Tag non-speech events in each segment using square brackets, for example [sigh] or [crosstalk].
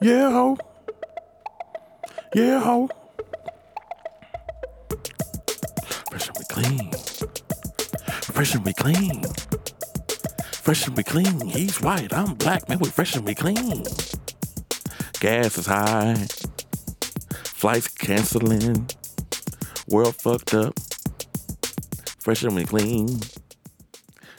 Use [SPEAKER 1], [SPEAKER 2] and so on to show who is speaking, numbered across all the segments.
[SPEAKER 1] Yeah, ho. Yeah, ho. Fresh and we clean. Fresh and we clean. Fresh and we clean. He's white. I'm black. Man, we fresh and we clean. Gas is high. Flights canceling. World fucked up. Fresh and we clean.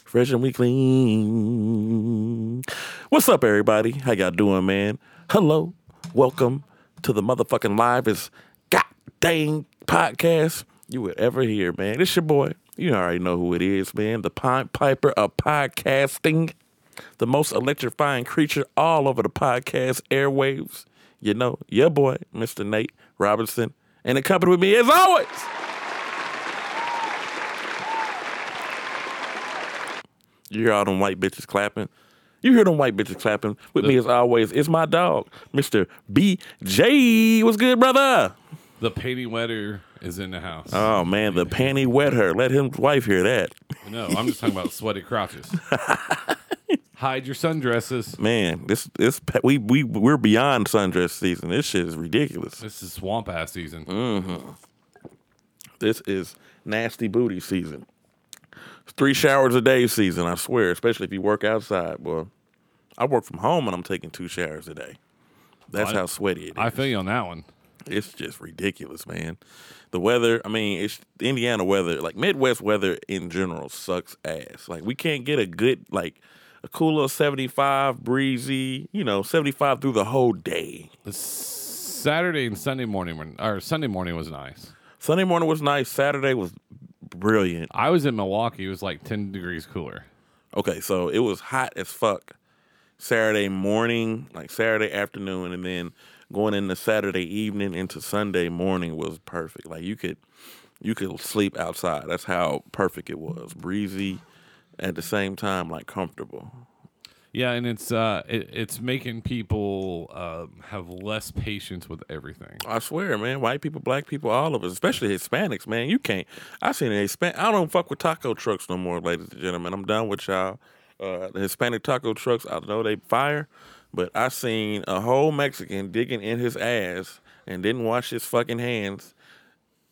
[SPEAKER 1] Fresh and we clean. What's up, everybody? How y'all doing, man? Hello. Welcome to the motherfucking livest god dang podcast you would ever hear, man. It's your boy. You already know who it is, man. The Pine Piper of podcasting. The most electrifying creature all over the podcast airwaves. You know, your boy, Mr. Nate Robinson. And the company with me, as always, You hear all them white bitches clapping. You hear them white bitches clapping. With me as always, it's my dog, Mr. BJ. What's good, brother?
[SPEAKER 2] The panty wetter is in the house.
[SPEAKER 1] Oh man, the panty wet her. Let him wife hear that.
[SPEAKER 2] no, I'm just
[SPEAKER 1] [laughs]
[SPEAKER 2] talking about sweaty crotches. Hide your sundresses.
[SPEAKER 1] Man, this this pa- we we we're beyond sundress season. This shit is ridiculous.
[SPEAKER 2] This is swamp ass season.
[SPEAKER 1] Mm. This is nasty booty season. It's three showers a day season, I swear, especially if you work outside, boy. I work from home and I'm taking two showers a day. That's
[SPEAKER 2] I-
[SPEAKER 1] how sweaty it is.
[SPEAKER 2] I feel you on that one.
[SPEAKER 1] It's just ridiculous, man. The weather, I mean, it's the Indiana weather, like Midwest weather in general sucks ass. Like we can't get a good like a cool little 75 breezy, you know, 75 through the whole day.
[SPEAKER 2] The Saturday and Sunday morning, were, or Sunday morning was nice.
[SPEAKER 1] Sunday morning was nice, Saturday was brilliant.
[SPEAKER 2] I was in Milwaukee. It was like 10 degrees cooler.
[SPEAKER 1] Okay, so it was hot as fuck Saturday morning, like Saturday afternoon, and then going into Saturday evening into Sunday morning was perfect. Like you could you could sleep outside. That's how perfect it was. Breezy at the same time, like comfortable.
[SPEAKER 2] Yeah, and it's uh, it, it's making people um, have less patience with everything.
[SPEAKER 1] I swear, man, white people, black people, all of us, especially Hispanics, man, you can't. I seen a Hispan. I don't fuck with taco trucks no more, ladies and gentlemen. I'm done with y'all. Uh, the Hispanic taco trucks, I know they fire, but I seen a whole Mexican digging in his ass and didn't wash his fucking hands,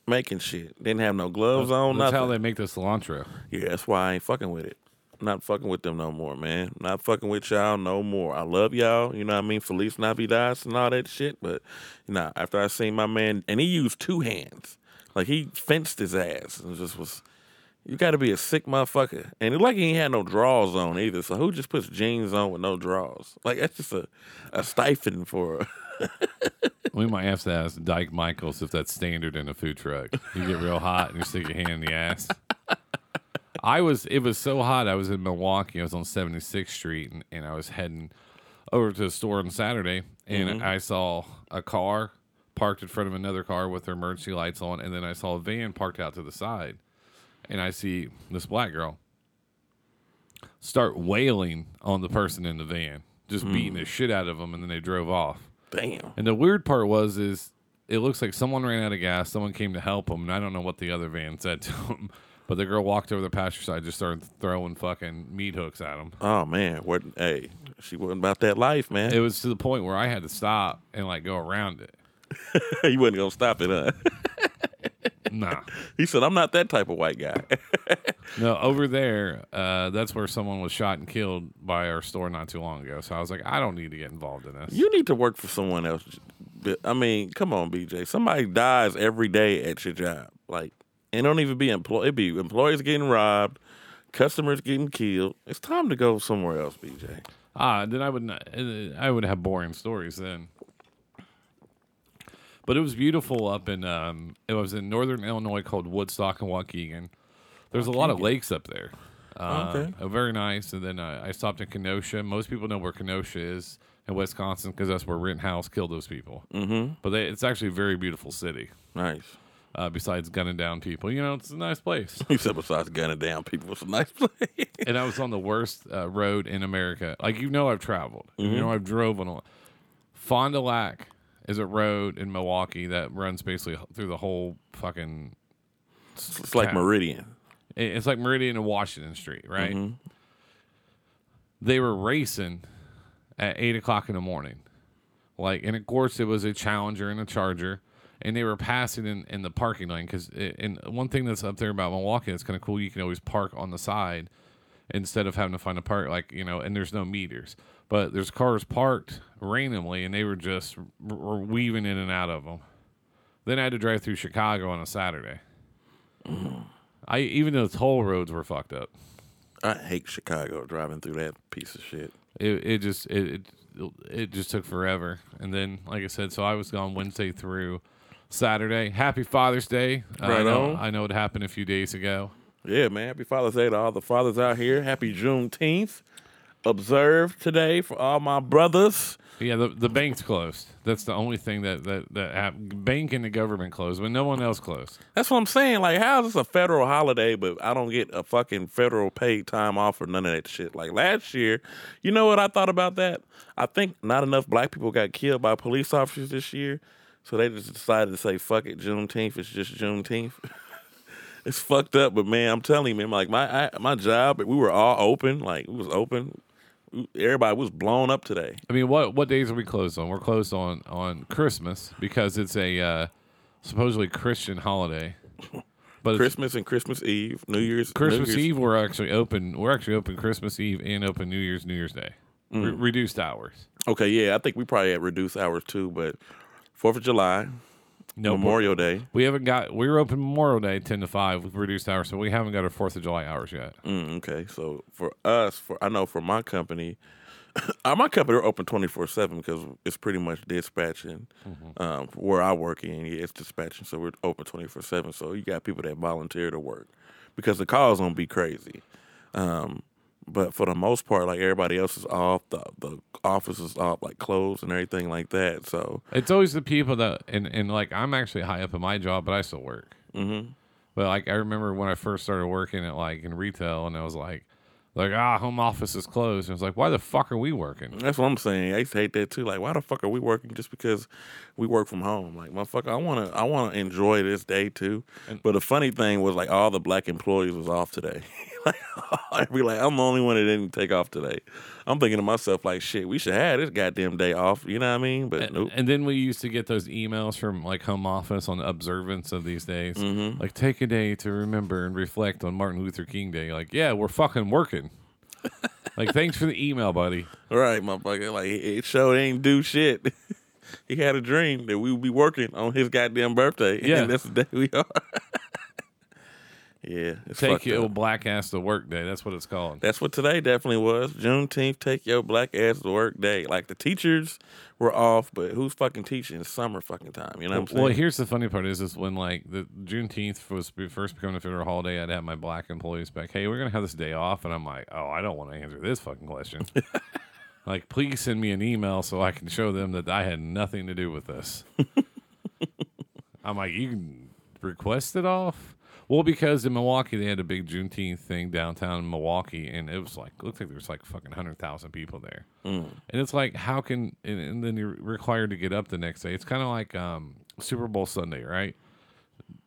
[SPEAKER 1] making shit. Didn't have no gloves on.
[SPEAKER 2] That's
[SPEAKER 1] Oh, nothing.
[SPEAKER 2] how they make the cilantro.
[SPEAKER 1] Yeah, that's why I ain't fucking with it. Not fucking with them no more, man. Not fucking with y'all no more. I love y'all. You know what I mean? Feliz Navidad and all that shit. But nah, after I seen my man, and he used two hands. Like he fenced his ass and just was, you got to be a sick motherfucker. And it like he ain't had no draws on either. So who just puts jeans on with no draws? Like that's just a, a stifling for.
[SPEAKER 2] We might have to ask Dyke Michaels if that's standard in a food truck. You get real hot and you stick your hand in the ass. I was it was so hot. I was in Milwaukee. I was on 76th Street and, and I was heading over to the store on Saturday and I saw a car parked in front of another car with their emergency lights on and then I saw a van parked out to the side and I see this black girl start wailing on the person in the van, just beating the shit out of them and then they drove off.
[SPEAKER 1] [laughs] Damn.
[SPEAKER 2] And the weird part was is it looks like someone ran out of gas, someone came to help him, and I don't know what the other van [laughs] said to him. But the girl walked over the pasture side, just started throwing fucking meat hooks at him.
[SPEAKER 1] Oh man, what? Hey, she wasn't about that life, man. [laughs]
[SPEAKER 2] It was to the point where I had to stop and like go around it.
[SPEAKER 1] you wasn't gonna stop it, huh? [laughs]
[SPEAKER 2] Nah,
[SPEAKER 1] He said, "I'm not that type of white guy." [laughs]
[SPEAKER 2] no, over there, uh, that's where someone was shot and killed by our store not too long ago. So I was like, I don't need to get involved in this.
[SPEAKER 1] You need to work for someone else. B- I mean, come on, BJ. Somebody dies every day at your job. Like, it don't even be employee. It be employees getting robbed, customers getting killed. It's time to go somewhere else, BJ.
[SPEAKER 2] Ah, then I would not, uh, I would have boring stories then. But it was beautiful up in um, it was in northern Illinois called Woodstock and Waukegan. There's a lot of lakes up there. Uh,
[SPEAKER 1] Okay.
[SPEAKER 2] uh, very nice. And then uh, I stopped in Kenosha. Most people know where Kenosha is in Wisconsin because that's where Rittenhouse killed those people. Mm-hmm. But they, it's actually a very beautiful city.
[SPEAKER 1] Nice. [laughs]
[SPEAKER 2] Uh, besides gunning down people, you know, it's a nice place.
[SPEAKER 1] He said, besides gunning down people, it's a nice place. [laughs]
[SPEAKER 2] [laughs] and I was on the worst uh, road in America. Like you know, I've traveled. You know, I've drove on. A, Fond du Lac is a road in Milwaukee that runs basically through the whole fucking.
[SPEAKER 1] it's like
[SPEAKER 2] Yeah.
[SPEAKER 1] Meridian.
[SPEAKER 2] it- It's like Meridian and Washington Street, right? They were racing at eight o'clock in the morning Like, and of course, it was a Challenger and a Charger, and they were passing in, in the parking lane because. And one thing that's up there about Milwaukee that's kind of cool, you can always park on the side instead of having to find a park. Like you know, and there's no meters, but there's cars parked randomly, and they were just r- r- weaving in and out of them. Then I had to drive through Chicago on a Saturday. I even the toll roads were fucked up.
[SPEAKER 1] I hate Chicago driving through that piece of shit.
[SPEAKER 2] it, it just it, it it just took forever and then like i said so i was gone wednesday through saturday happy father's day Uh, I,
[SPEAKER 1] Right
[SPEAKER 2] know,
[SPEAKER 1] on.
[SPEAKER 2] I know it happened a few days ago
[SPEAKER 1] Yeah, man. Happy Father's Day to all the fathers out here. Happy Juneteenth. Observed today for all my brothers.
[SPEAKER 2] yeah the, the bank's closed that's the only thing that that that happened. bank and the government closed but no one else closed
[SPEAKER 1] That's what I'm saying. Like, how is this a federal holiday, but I don't get a fucking federal paid time off or none of that shit? Like last year, you know what I thought about that? I think not enough black people got killed by police officers this year, so they just decided to say, "Fuck it, Juneteenth. It's just Juneteenth." [laughs] it's fucked up, but man, I'm telling you, man. Like my I, my job, we were all open. Like it was open. Everybody was blown up today.
[SPEAKER 2] i mean what what days are we closed on we're closed on on christmas because it's a uh supposedly christian holiday but it's
[SPEAKER 1] Christmas and Christmas Eve, New Year's, New
[SPEAKER 2] Christmas
[SPEAKER 1] Year's-
[SPEAKER 2] Eve, we're actually open. We're actually open Christmas Eve and open New Year's, New Year's Day,
[SPEAKER 1] Mm.
[SPEAKER 2] Re- reduced hours.
[SPEAKER 1] Okay, yeah, I think we probably had reduced hours too, but Fourth of July,
[SPEAKER 2] No
[SPEAKER 1] Memorial Day.
[SPEAKER 2] We haven't got. We were open Memorial Day, ten to five, with reduced hours, so we haven't got our Fourth of July hours yet.
[SPEAKER 1] Mm, okay, so for us, for I know for my company, [coughs] uh, my company are open twenty four seven because it's pretty much dispatching. Um, where I work in, yeah, it's dispatching, so we're open twenty four seven. So you got people that volunteer to work because the calls don't be crazy. Um, but for the most part, like everybody else is off, the the office is off, like closed and everything like that. So
[SPEAKER 2] It's always the people that, and, and like I'm actually high up in my job, but I still work.
[SPEAKER 1] Mhm.
[SPEAKER 2] But like I remember when I first started working at like in retail, and I was like, like ah, home office is closed. And I was like, why the fuck are we working?
[SPEAKER 1] That's what I'm saying. I used to hate that too. Like, why the fuck are we working just because we work from home? Like, motherfucker, I wanna I wanna enjoy this day too. But the funny thing was like all the black employees was off today. [laughs] like every like I'm the only one that didn't take off today. I'm thinking to myself, like, shit, we should have this goddamn day off, you know what I mean? But nope.
[SPEAKER 2] And then we used to get those emails from like home office on the observance of these days.
[SPEAKER 1] Mm-hmm.
[SPEAKER 2] Like, take a day to remember and reflect on Martin Luther King Day. Like, yeah, we're
[SPEAKER 1] [laughs]
[SPEAKER 2] fucking working. like, thanks for the email, buddy.
[SPEAKER 1] Right, motherfucker. Like it- it showed ain't do shit. [laughs] he had a dream that we would be working on his goddamn birthday. [laughs]
[SPEAKER 2] Yeah.
[SPEAKER 1] And that's the day we are. [laughs] yeah. It's
[SPEAKER 2] Take
[SPEAKER 1] fucked
[SPEAKER 2] your
[SPEAKER 1] up.
[SPEAKER 2] old black ass to work day. That's what it's called.
[SPEAKER 1] That's what today definitely was. Juneteenth, take your black ass to work day. Like the teachers were off, but who's fucking teaching? It's summer fucking time. You know what I'm
[SPEAKER 2] Well,
[SPEAKER 1] saying?
[SPEAKER 2] here's the funny part: is is when like the Juneteenth was be- first becoming a federal holiday, I'd have my black employees back. Hey, we're gonna have this day off, and I'm like, oh, I don't want to answer this
[SPEAKER 1] [laughs]
[SPEAKER 2] fucking question. like, please send me an email so I can show them that I had nothing to do with this. I'm like, you can request it off. Well, because in Milwaukee they had a big Juneteenth thing downtown in Milwaukee, and it was like looked like there was like fucking hundred thousand people there. And it's like, how can and, and then you're required to get up the next day. It's kind of like um, Super Bowl Sunday, right?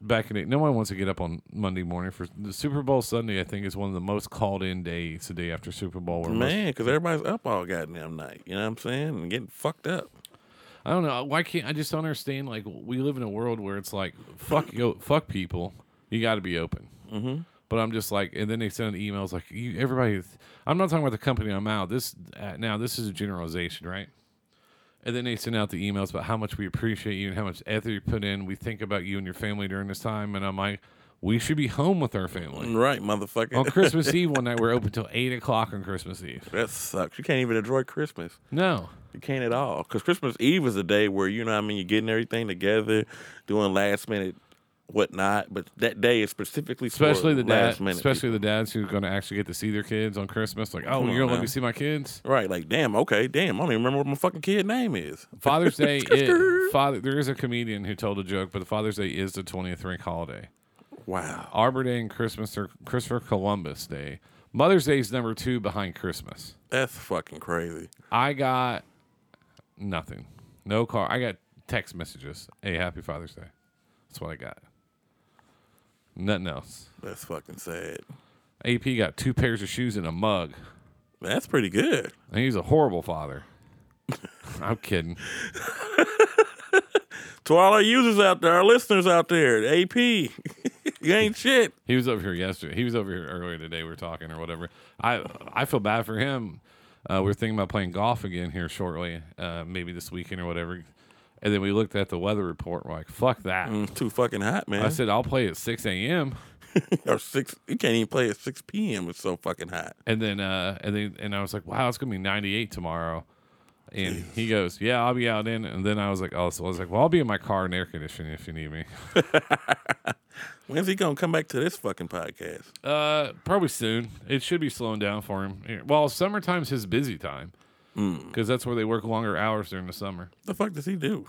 [SPEAKER 2] Back in it, no one wants to get up on Monday morning for the Super Bowl Sunday. I think is one of the most called in days. The day after Super Bowl, where most-
[SPEAKER 1] Man, because everybody's up all goddamn night. You know what I'm saying? And getting fucked up.
[SPEAKER 2] I don't know why can't I just don't understand. Like we live in a world where it's like fuck yo, fuck people. You got to be open. Mm-hmm. But I'm just like, and then they send emails like you. Everybody, I'm not talking about the company I'm out. This uh, now this is a generalization, right? And then they send out the emails about how much we appreciate you and how much effort you put in. We think about you and your family during this time. And I'm like, we should be home with our family
[SPEAKER 1] Right, motherfucker.
[SPEAKER 2] on Christmas Eve. One night we're open till eight o'clock on Christmas Eve.
[SPEAKER 1] [laughs] that sucks. You can't even enjoy Christmas.
[SPEAKER 2] No,
[SPEAKER 1] You can't at all. Because Christmas Eve is a day where, you know what I mean, you're getting everything together, doing last minute whatnot. But that day is specifically for
[SPEAKER 2] especially the
[SPEAKER 1] last
[SPEAKER 2] dad,
[SPEAKER 1] minute.
[SPEAKER 2] especially the dads who are going to actually get to see their kids on Christmas. Like, oh,
[SPEAKER 1] Come
[SPEAKER 2] you're
[SPEAKER 1] on
[SPEAKER 2] gonna let
[SPEAKER 1] now.
[SPEAKER 2] me see my kids.
[SPEAKER 1] Right, like, damn, okay, damn. I don't even remember what my fucking kid name is. [laughs]
[SPEAKER 2] Father's Day, is, father. There is a comedian who told a joke, but Father's Day is the 20th rank holiday.
[SPEAKER 1] Wow.
[SPEAKER 2] Arbor Day and Christmas are Christopher Columbus Day. Mother's Day is number two behind Christmas.
[SPEAKER 1] That's fucking crazy.
[SPEAKER 2] I got nothing. No car. I got text messages. Hey, happy Father's Day. That's what I got. Nothing else.
[SPEAKER 1] That's fucking sad.
[SPEAKER 2] AP got two pairs of shoes and a mug.
[SPEAKER 1] That's pretty good.
[SPEAKER 2] And he's a horrible father. [laughs] I'm kidding.
[SPEAKER 1] To all our users out there, our listeners out there, AP, [laughs] you ain't shit.
[SPEAKER 2] He was over here yesterday. He was over here earlier today. We were talking or whatever. I I feel bad for him. Uh, we are thinking about playing golf again here shortly, uh, maybe this weekend or whatever. And then we looked at the weather report. We're like, fuck that.
[SPEAKER 1] Mm, It's too fucking hot, man.
[SPEAKER 2] I said, I'll play at 6 a.m.
[SPEAKER 1] [laughs] or six. You can't even play at six p.m. It's so fucking hot.
[SPEAKER 2] And then, uh, and then, and I was like, wow, it's gonna be 98 tomorrow. And he goes, yeah, I'll be out in. And then I was like, oh, so I was like, well, I'll be in my car in air conditioning if you need me.
[SPEAKER 1] When's he gonna come back to this fucking podcast?
[SPEAKER 2] Uh, probably soon. It should be slowing down for him. Well, summertime's his busy time because that's where they work longer hours during the summer.
[SPEAKER 1] The fuck does he do?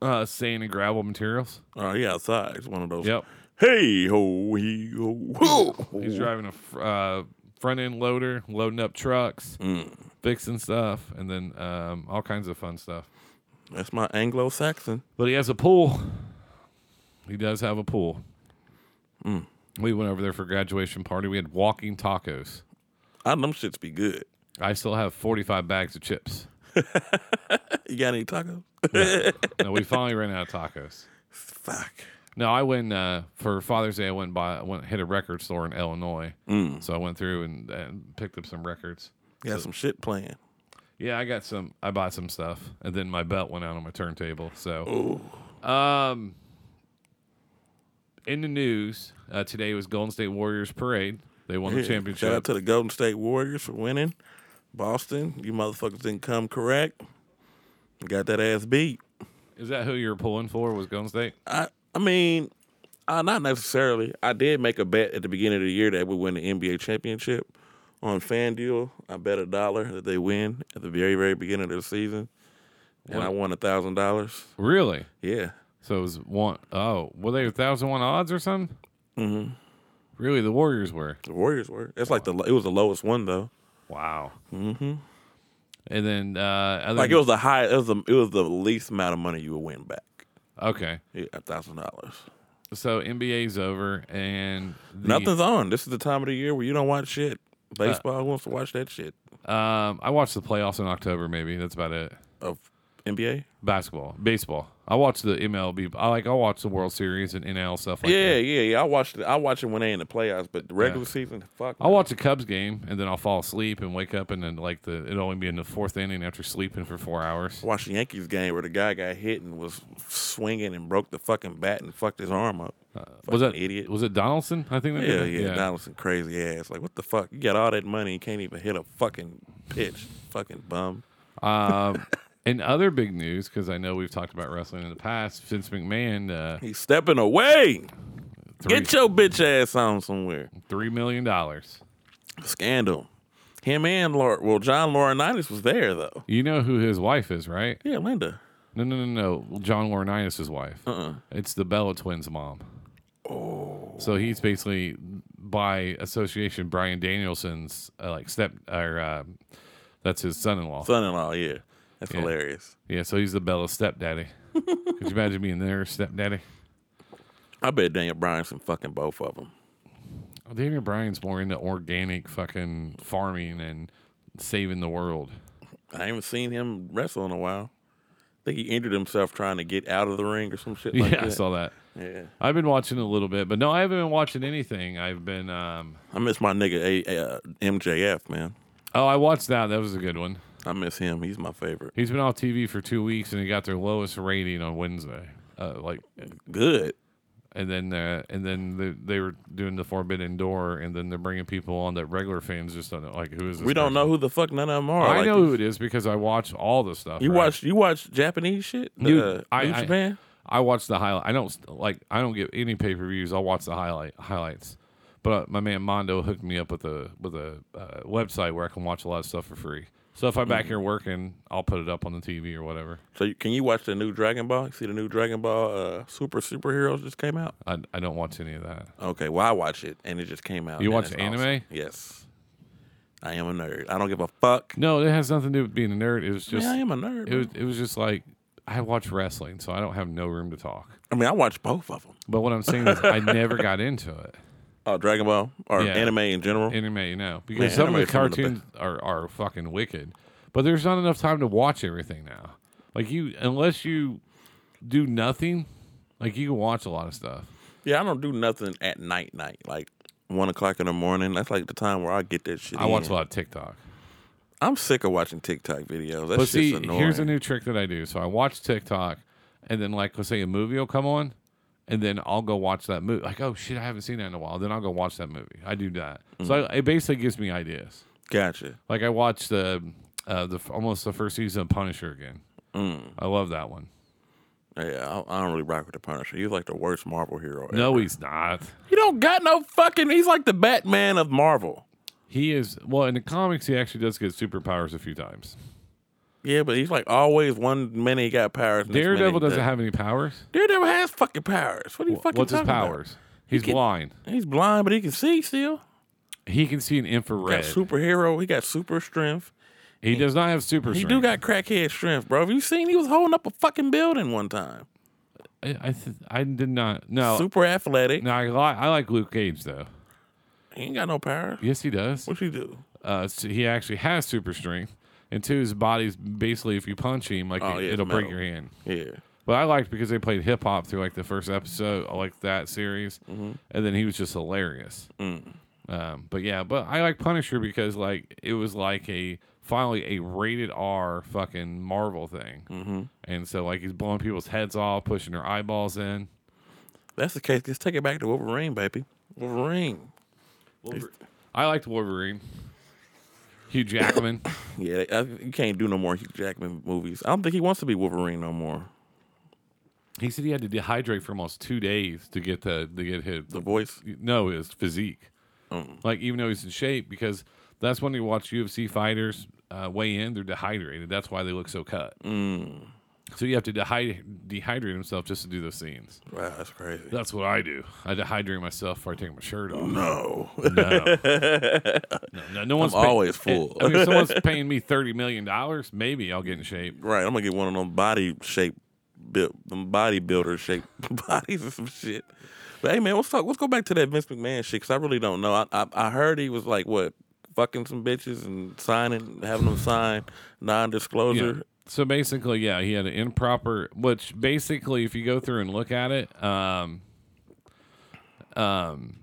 [SPEAKER 2] Uh, sand and gravel materials.
[SPEAKER 1] Oh, he outside. It's one of those.
[SPEAKER 2] Yep.
[SPEAKER 1] Hey ho, he ho.
[SPEAKER 2] He's
[SPEAKER 1] ho.
[SPEAKER 2] driving a fr- uh, front end loader, loading up trucks, fixing stuff, and then um, all kinds of fun stuff.
[SPEAKER 1] That's my Anglo-Saxon.
[SPEAKER 2] But he has a pool. He does have a pool. Hmm. We went over there for graduation party. We had walking tacos.
[SPEAKER 1] I them shits be good.
[SPEAKER 2] I still have 45 bags of chips.
[SPEAKER 1] You got any tacos?
[SPEAKER 2] no, we finally ran out of tacos.
[SPEAKER 1] Fuck.
[SPEAKER 2] No, I went uh, for Father's Day. I went by, I went hit a record store in Illinois.
[SPEAKER 1] Mm.
[SPEAKER 2] So I went through and, and picked up some records.
[SPEAKER 1] Got some shit playing.
[SPEAKER 2] Yeah, I got some. I bought some stuff, and then my belt went out on my turntable. So, um, in the news uh, today was Golden State Warriors parade. They won the
[SPEAKER 1] Shout out
[SPEAKER 2] championship.
[SPEAKER 1] to the Golden State Warriors for winning. Boston, you motherfuckers didn't come correct. You Got that ass beat.
[SPEAKER 2] Is that who you were pulling for? Was Golden State?
[SPEAKER 1] I I mean, uh, not necessarily. I did make a bet at the beginning of the year that we win the NBA championship on FanDuel. I bet a dollar that they win at the very, very beginning of the season, and I won a thousand dollars.
[SPEAKER 2] Really?
[SPEAKER 1] Yeah,
[SPEAKER 2] So it was one oh were they a thousand one odds or something? Mm-hmm. Really, the Warriors were.
[SPEAKER 1] the Warriors were. It's like the it was the lowest one though.
[SPEAKER 2] Wow. Mm-hmm. And then, uh, other
[SPEAKER 1] Like it was the high. It was the it was the least amount of money you would win back.
[SPEAKER 2] okay.
[SPEAKER 1] Yeah, a thousand dollars.
[SPEAKER 2] So NBA's over, and the,
[SPEAKER 1] Nothing's on. This is the time of the year where you don't watch shit.
[SPEAKER 2] Uh,
[SPEAKER 1] Baseball wants to watch that shit
[SPEAKER 2] Um, I watched the playoffs in October. Maybe that's about it.
[SPEAKER 1] of NBA.
[SPEAKER 2] Basketball, baseball. I watch the MLB. I like. I watch the World Series and NL stuff like
[SPEAKER 1] yeah,
[SPEAKER 2] that.
[SPEAKER 1] yeah, yeah. I watched it. I watch it when they in the playoffs, but the regular season, fuck.
[SPEAKER 2] I'll watch a Cubs game and then I'll fall asleep and wake up and then like the it'll only be in the fourth inning after sleeping for four hours.
[SPEAKER 1] watch the Yankees game where the guy got hit and was swinging and broke the fucking bat and fucked his arm up.
[SPEAKER 2] Uh, was that
[SPEAKER 1] Fucking idiot?
[SPEAKER 2] Was it Donaldson? I think. That
[SPEAKER 1] yeah,
[SPEAKER 2] did it?
[SPEAKER 1] yeah, Donaldson crazy ass. Like, what the fuck? You got all that money, you can't even hit a fucking pitch. fucking bum.
[SPEAKER 2] Um, in other big news, because I know we've talked about wrestling in the past, Vince McMahon, uh,
[SPEAKER 1] He's stepping away.
[SPEAKER 2] three,
[SPEAKER 1] Get your bitch ass on somewhere.
[SPEAKER 2] three million dollars.
[SPEAKER 1] Scandal. Him and Laura. Well, John Laurinaitis was there though.
[SPEAKER 2] You know who his wife is, right?
[SPEAKER 1] Yeah, Linda.
[SPEAKER 2] No, no, no, no. John Laurinaitis' wife.
[SPEAKER 1] Uh-uh.
[SPEAKER 2] It's the Bella twins' mom. Oh. So he's basically by association Brian Danielson's uh, like step or uh, that's his son-in-law.
[SPEAKER 1] Son-in-law. Yeah, that's hilarious.
[SPEAKER 2] yeah, so he's the Bella stepdaddy. Could you imagine being their stepdaddy?
[SPEAKER 1] I bet Daniel Bryan's can fucking both of them.
[SPEAKER 2] Daniel Bryan's more into organic fucking farming and saving the world.
[SPEAKER 1] I haven't seen him wrestle in a while. I think he injured himself trying to get out of the ring or some shit like
[SPEAKER 2] [laughs] yeah, I
[SPEAKER 1] that.
[SPEAKER 2] saw that.
[SPEAKER 1] yeah.
[SPEAKER 2] I've been watching a little bit, but no, I haven't been watching anything. I've been um
[SPEAKER 1] I miss my nigga a, uh, MJF, man.
[SPEAKER 2] oh, I watched that. That was a good one.
[SPEAKER 1] I miss him. He's my favorite.
[SPEAKER 2] He's been off TV for two weeks and he got their lowest rating on Wednesday. Uh, like,
[SPEAKER 1] Good.
[SPEAKER 2] and then uh, and then they, they were doing the Forbidden Door, and then they're bringing people on that regular fans just don't know, like who is this?
[SPEAKER 1] We don't
[SPEAKER 2] person?
[SPEAKER 1] know who the fuck none of them are.
[SPEAKER 2] I
[SPEAKER 1] Like,
[SPEAKER 2] know who it is because I watch all the stuff.
[SPEAKER 1] You
[SPEAKER 2] right?
[SPEAKER 1] watch you watch Japanese shit?
[SPEAKER 2] Dude,
[SPEAKER 1] uh,
[SPEAKER 2] I-
[SPEAKER 1] New
[SPEAKER 2] I-
[SPEAKER 1] Japan?
[SPEAKER 2] I watch the highlight. I don't st- like. I don't get any pay per views. I'll watch the highlight highlights. But uh, my man Mondo hooked me up with a with a uh, website where I can watch a lot of stuff for free. So if I'm
[SPEAKER 1] Mm.
[SPEAKER 2] back here working, I'll put it up on the TV or whatever.
[SPEAKER 1] So you, can you watch the new Dragon Ball? See the new Dragon Ball uh, Super Superheroes just came out?
[SPEAKER 2] I, I don't watch any of that.
[SPEAKER 1] Okay, well I watch it and it just came out.
[SPEAKER 2] You
[SPEAKER 1] and
[SPEAKER 2] watch
[SPEAKER 1] it's
[SPEAKER 2] anime?
[SPEAKER 1] awesome. Yes. I am a nerd. I don't give a fuck.
[SPEAKER 2] No, it has nothing to do with being a nerd. It was
[SPEAKER 1] Man,
[SPEAKER 2] just
[SPEAKER 1] I am a nerd.
[SPEAKER 2] it
[SPEAKER 1] man.
[SPEAKER 2] was it was just like I watch wrestling, so I don't have no room to talk.
[SPEAKER 1] I mean, I watch both of them.
[SPEAKER 2] But what I'm saying is, I never got into it.
[SPEAKER 1] Oh, Dragon Ball or
[SPEAKER 2] Yeah.
[SPEAKER 1] anime in general.
[SPEAKER 2] Anime, you know, because
[SPEAKER 1] Man,
[SPEAKER 2] some of the
[SPEAKER 1] anime's some of the
[SPEAKER 2] cartoons are, are fucking wicked. But there's not enough time to watch everything now. Like you, unless you do nothing, like you can watch a lot of stuff.
[SPEAKER 1] Yeah, I don't do nothing at night, night like one o'clock in the morning. That's like the time where I get that shit.
[SPEAKER 2] I watch a
[SPEAKER 1] in.
[SPEAKER 2] lot of TikTok.
[SPEAKER 1] I'm sick of watching TikTok videos. That's
[SPEAKER 2] But
[SPEAKER 1] just
[SPEAKER 2] see,
[SPEAKER 1] annoying.
[SPEAKER 2] here's a new trick that I do. So I watch TikTok, and then like let's say a movie will come on, and then I'll go watch that movie. Like oh shit, I haven't seen that in a while. Then I'll go watch that movie. I do that. So I, it basically gives me ideas.
[SPEAKER 1] gotcha.
[SPEAKER 2] Like I watched the uh, the f- almost the first season of Punisher again. I love that one.
[SPEAKER 1] Yeah, I, I don't really rock with the Punisher. He's like the worst Marvel hero. Ever.
[SPEAKER 2] No, he's not.
[SPEAKER 1] you don't got no fucking. He's like the Batman of Marvel.
[SPEAKER 2] He is well in the comics. He actually does get superpowers a few times.
[SPEAKER 1] Yeah, but he's like always one minute he got powers. next minute
[SPEAKER 2] Daredevil
[SPEAKER 1] he
[SPEAKER 2] doesn't have any powers.
[SPEAKER 1] Daredevil has fucking powers. What are you fucking?
[SPEAKER 2] What's his
[SPEAKER 1] talking about?
[SPEAKER 2] powers? He's
[SPEAKER 1] can-
[SPEAKER 2] blind.
[SPEAKER 1] He's blind, but he can see still.
[SPEAKER 2] He can see in infrared.
[SPEAKER 1] Got superhero. He got super strength.
[SPEAKER 2] he does not have super.
[SPEAKER 1] He
[SPEAKER 2] strength.
[SPEAKER 1] do got crackhead strength, bro. Have you seen? He was holding up a fucking building one time.
[SPEAKER 2] I I, th- I did not. No,
[SPEAKER 1] Super athletic.
[SPEAKER 2] Oh. no. I, li- I like Luke Cage though.
[SPEAKER 1] He ain't got no power.
[SPEAKER 2] Yes, he does.
[SPEAKER 1] What you do?
[SPEAKER 2] Uh, s he actually has super strength, and two, his body's basically if you punch him, like
[SPEAKER 1] Oh,
[SPEAKER 2] it,
[SPEAKER 1] yeah,
[SPEAKER 2] it'll break
[SPEAKER 1] metal.
[SPEAKER 2] your hand.
[SPEAKER 1] Yeah.
[SPEAKER 2] But I liked because they played hip hop through like the first episode, I like that series,
[SPEAKER 1] Mm-hmm.
[SPEAKER 2] and then he was just hilarious.
[SPEAKER 1] Mm.
[SPEAKER 2] Um, but yeah, but I like Punisher because like it was like a finally a rated R fucking Marvel thing, mm-hmm. and so like he's blowing people's heads off, pushing their eyeballs in.
[SPEAKER 1] That's the case. Just take it back to Wolverine, baby. Wolverine.
[SPEAKER 2] I liked Wolverine, Hugh Jackman. [coughs]
[SPEAKER 1] Yeah, I, you can't do no more Hugh Jackman movies. I don't think he wants to be Wolverine no more.
[SPEAKER 2] he said he had to dehydrate for almost two days to get the to get his
[SPEAKER 1] The voice.
[SPEAKER 2] no his physique
[SPEAKER 1] Oh.
[SPEAKER 2] like even though he's in shape because that's when you watch ufc fighters uh, weigh in they're dehydrated that's why they look so cut
[SPEAKER 1] Mm.
[SPEAKER 2] so you have to dehy- dehydrate himself just to do those scenes
[SPEAKER 1] Wow, that's crazy.
[SPEAKER 2] that's what i do i dehydrate myself before i take my shirt
[SPEAKER 1] Mm.
[SPEAKER 2] off no
[SPEAKER 1] No.
[SPEAKER 2] no, no, no one's
[SPEAKER 1] I'm always full.
[SPEAKER 2] [laughs] I mean,
[SPEAKER 1] [laughs]
[SPEAKER 2] if someone's paying me $30 million maybe i'll get in shape
[SPEAKER 1] [laughs] right, I'm gonna get one of them body shape, built, them bodybuilder shaped [laughs] bodies or some shit. But hey, man, let's talk. Let's go back to that Vince McMahon shit because I really don't know. I, I I heard he was like what fucking some bitches and signing, having them sign
[SPEAKER 2] Yeah.
[SPEAKER 1] non-disclosure.
[SPEAKER 2] So basically, yeah, he had an improper, which basically, if you go through and look at it, um, um,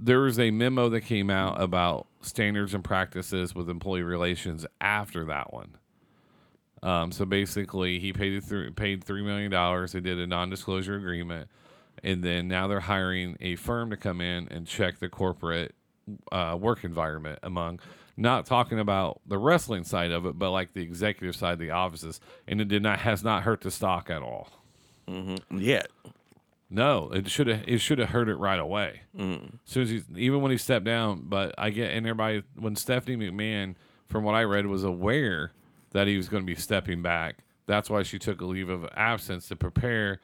[SPEAKER 2] there was a memo that came out about standards and practices with employee relations after that one. Um, so basically, he paid it through paid three million dollars. They did a non-disclosure agreement, and then now they're hiring a firm to come in and check the corporate uh, work environment among not talking about the wrestling side of it, but like the executive side, of the offices, and it did not has not hurt the stock at all.
[SPEAKER 1] Yet,
[SPEAKER 2] No, it should have it should have hurt it right away. Mm. Soon as he, even when he stepped down, but I get and everybody when Stephanie McMahon, from what I read, was aware that he was going to be stepping back. That's why she took a leave of absence to prepare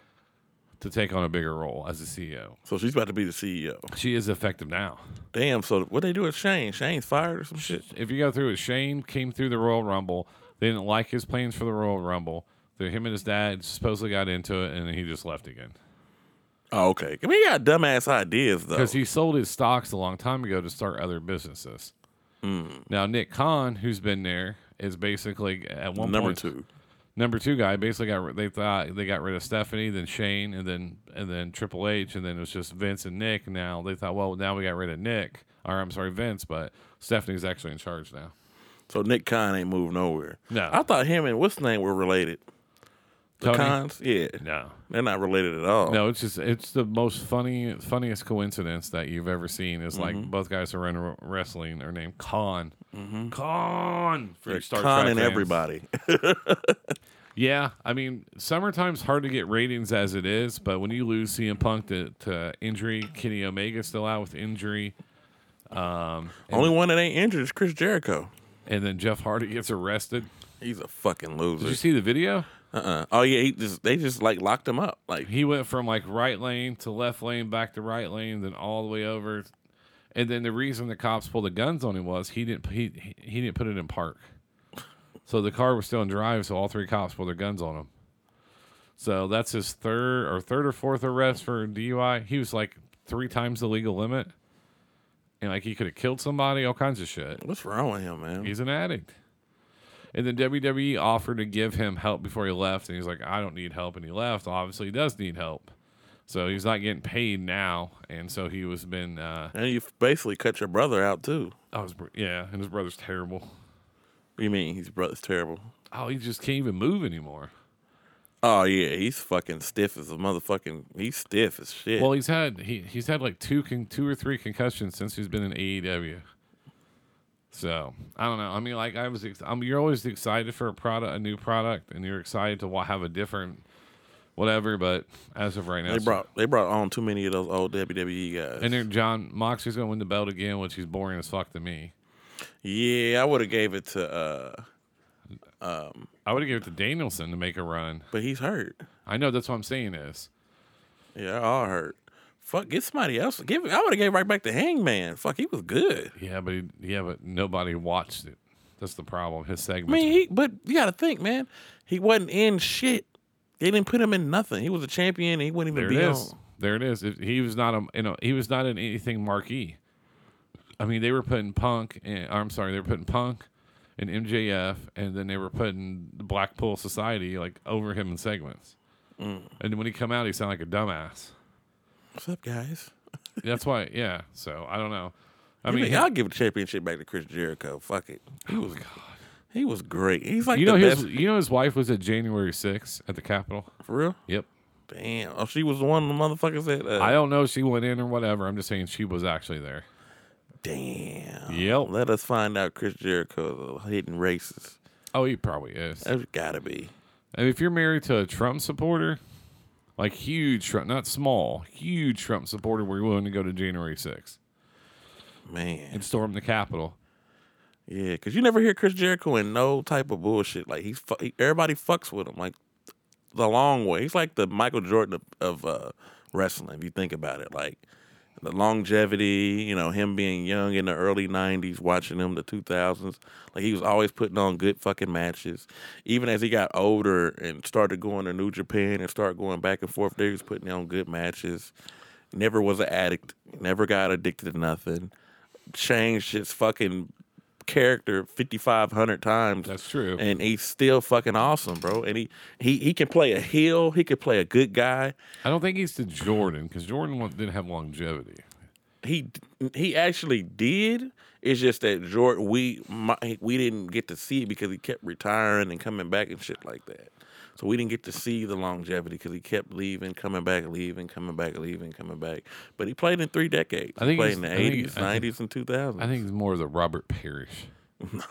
[SPEAKER 2] to take on a bigger role as a CEO.
[SPEAKER 1] so she's about to be the CEO.
[SPEAKER 2] She is effective now.
[SPEAKER 1] Damn. So what they do with Shane? Shane's fired or some shit.
[SPEAKER 2] If you go through it, Shane came through the Royal Rumble. They didn't like his plans for the Royal Rumble. So Him and his dad supposedly got into it, and then he just left again.
[SPEAKER 1] Oh, okay. I mean, he got dumbass ideas though.
[SPEAKER 2] because he sold his stocks a long time ago to start other businesses.
[SPEAKER 1] Hmm.
[SPEAKER 2] Now Nick Khan, who's been there, is basically at one
[SPEAKER 1] Number
[SPEAKER 2] point-
[SPEAKER 1] two.
[SPEAKER 2] number two guy. Basically, got ri- they thought they got rid of Stephanie, then Shane, and then and then Triple H, and then it was just Vince and Nick. Now they thought, well, now we got rid of Nick, or I'm sorry, Vince, but Stephanie's actually in charge now.
[SPEAKER 1] So Nick Khan ain't moved nowhere.
[SPEAKER 2] No.
[SPEAKER 1] I thought him and what's his name were related. The
[SPEAKER 2] Tony?
[SPEAKER 1] Khans? Yeah.
[SPEAKER 2] No,
[SPEAKER 1] They're not related at all.
[SPEAKER 2] no, it's just it's the most funny funniest coincidence that you've ever seen. Is
[SPEAKER 1] Mm-hmm.
[SPEAKER 2] like both guys who are in r- wrestling are named Khan. Khan for
[SPEAKER 1] They're
[SPEAKER 2] Star
[SPEAKER 1] Khan
[SPEAKER 2] Trek
[SPEAKER 1] and
[SPEAKER 2] fans. [laughs]
[SPEAKER 1] everybody.
[SPEAKER 2] Yeah, I mean, summertime's hard to get ratings as it is, but when you lose CM Punk to, to injury, Kenny Omega's still out with injury,
[SPEAKER 1] Only one that ain't injured is Chris Jericho.
[SPEAKER 2] and then Jeff Hardy gets arrested.
[SPEAKER 1] He's a fucking
[SPEAKER 2] Did you
[SPEAKER 1] loser.
[SPEAKER 2] see the video?
[SPEAKER 1] Uh-uh. Oh yeah, he just they just like locked him up. Like
[SPEAKER 2] He went from like right lane to left lane, back to right lane, then all the way over. And then the reason the cops pulled the guns on him was he didn't he he- he didn't put it in park. So the car was still in drive, so all three cops pulled their guns on him. So that's his third or third or fourth arrest for DUI. He was like three times the legal limit. And like he could have killed somebody, all kinds of shit.
[SPEAKER 1] what's wrong with him, man?
[SPEAKER 2] He's an addict. And then WWE offered to give him help before he left, and he's like, "I don't need help," and he left. Obviously, he does need help, so he's not getting paid now, and so he was been. Uh,
[SPEAKER 1] And you basically cut your brother out too.
[SPEAKER 2] oh, his br- yeah, and his brother's terrible.
[SPEAKER 1] What do you mean his brother's terrible?
[SPEAKER 2] Oh, he just can't even move anymore.
[SPEAKER 1] Oh yeah, he's fucking stiff as a motherfucking. He's stiff as shit.
[SPEAKER 2] Well, he's had he he's had like two con- two or three concussions since he's been in AEW. So I don't know. I mean, like I was, ex- I mean, you're always excited for a product, a new product, and you're excited to wa- have a different, whatever. But as of right now,
[SPEAKER 1] they
[SPEAKER 2] it's-
[SPEAKER 1] brought they brought on too many of those old WWE guys.
[SPEAKER 2] and then John Moxley's gonna win the belt again, which he's boring as fuck to me.
[SPEAKER 1] yeah, I would have gave it to. uh
[SPEAKER 2] I would have given it to Danielson to make a run.
[SPEAKER 1] But he's hurt.
[SPEAKER 2] I know that's what I'm saying is
[SPEAKER 1] Yeah, they're all hurt. Fuck, get somebody else. Give. I would have gave right back to Hangman. Fuck, he was good.
[SPEAKER 2] yeah, but he, yeah, but nobody watched it. That's the problem. His
[SPEAKER 1] I
[SPEAKER 2] segment.
[SPEAKER 1] mean, he. But you got to think, man. He wasn't in shit. They didn't put him in nothing. He was a champion. And he wouldn't even
[SPEAKER 2] There
[SPEAKER 1] be
[SPEAKER 2] it is.
[SPEAKER 1] on.
[SPEAKER 2] There it is. If he was not a, you know, he was not in anything marquee. I mean, they were putting Punk, and I'm sorry, they were putting Punk and MJF, and then they were putting the Blackpool Society like over him in segments.
[SPEAKER 1] Mm.
[SPEAKER 2] And when he come out, he sounded like a dumbass.
[SPEAKER 1] What's up, guys?
[SPEAKER 2] That's why, yeah. So I don't know. I
[SPEAKER 1] I mean,
[SPEAKER 2] mean, Oh,
[SPEAKER 1] I'll give the championship back to Chris Jericho. Fuck it. He was. He was great. He's like
[SPEAKER 2] you know
[SPEAKER 1] the
[SPEAKER 2] his,
[SPEAKER 1] best
[SPEAKER 2] you know his wife was at January 6th at the Capitol.
[SPEAKER 1] for real.
[SPEAKER 2] Yep.
[SPEAKER 1] Damn. Oh, she was the one of the motherfuckers that. Uh,
[SPEAKER 2] I don't know if she went in or whatever. I'm just saying she was actually there.
[SPEAKER 1] damn.
[SPEAKER 2] Yep.
[SPEAKER 1] Let us find out Chris Jericho is a hidden racist.
[SPEAKER 2] Oh, he probably is.
[SPEAKER 1] That's gotta be.
[SPEAKER 2] And if you're married to a Trump supporter, like huge Trump, not small, huge Trump supporter, were you willing to go to January 6th
[SPEAKER 1] Man.
[SPEAKER 2] and storm the Capitol?
[SPEAKER 1] Yeah, because you never hear Chris Jericho in no type of bullshit. Like, he's fu- he, everybody fucks with him, like, the long way. He's like the Michael Jordan of, of uh, wrestling, if you think about it. Like, the longevity, you know, him being young in the early 90s, watching him the 2000s. Like, he was always putting on good fucking matches. Even as he got older and started going to New Japan and started going back and forth there, he was putting on good matches. Never was an addict, never got addicted to nothing. Changed his fucking character 5,500 times
[SPEAKER 2] That's true.
[SPEAKER 1] and he's still fucking awesome, bro. And he he he can play a heel, he can play a good guy.
[SPEAKER 2] I don't think he's to Jordan because Jordan wa- didn't have longevity.
[SPEAKER 1] He he actually did. It's just that Jordan, we my, we didn't get to see it because he kept retiring and coming back and shit like that. So we didn't get to see the longevity because he kept leaving, coming back, leaving, coming back, leaving, coming back. But he played in three decades.
[SPEAKER 2] I think
[SPEAKER 1] he played
[SPEAKER 2] he's-
[SPEAKER 1] in
[SPEAKER 2] I
[SPEAKER 1] the
[SPEAKER 2] think-
[SPEAKER 1] eighties,
[SPEAKER 2] I think-
[SPEAKER 1] nineties, and two thousands.
[SPEAKER 2] I think he's more of the Robert Parrish.
[SPEAKER 1] no,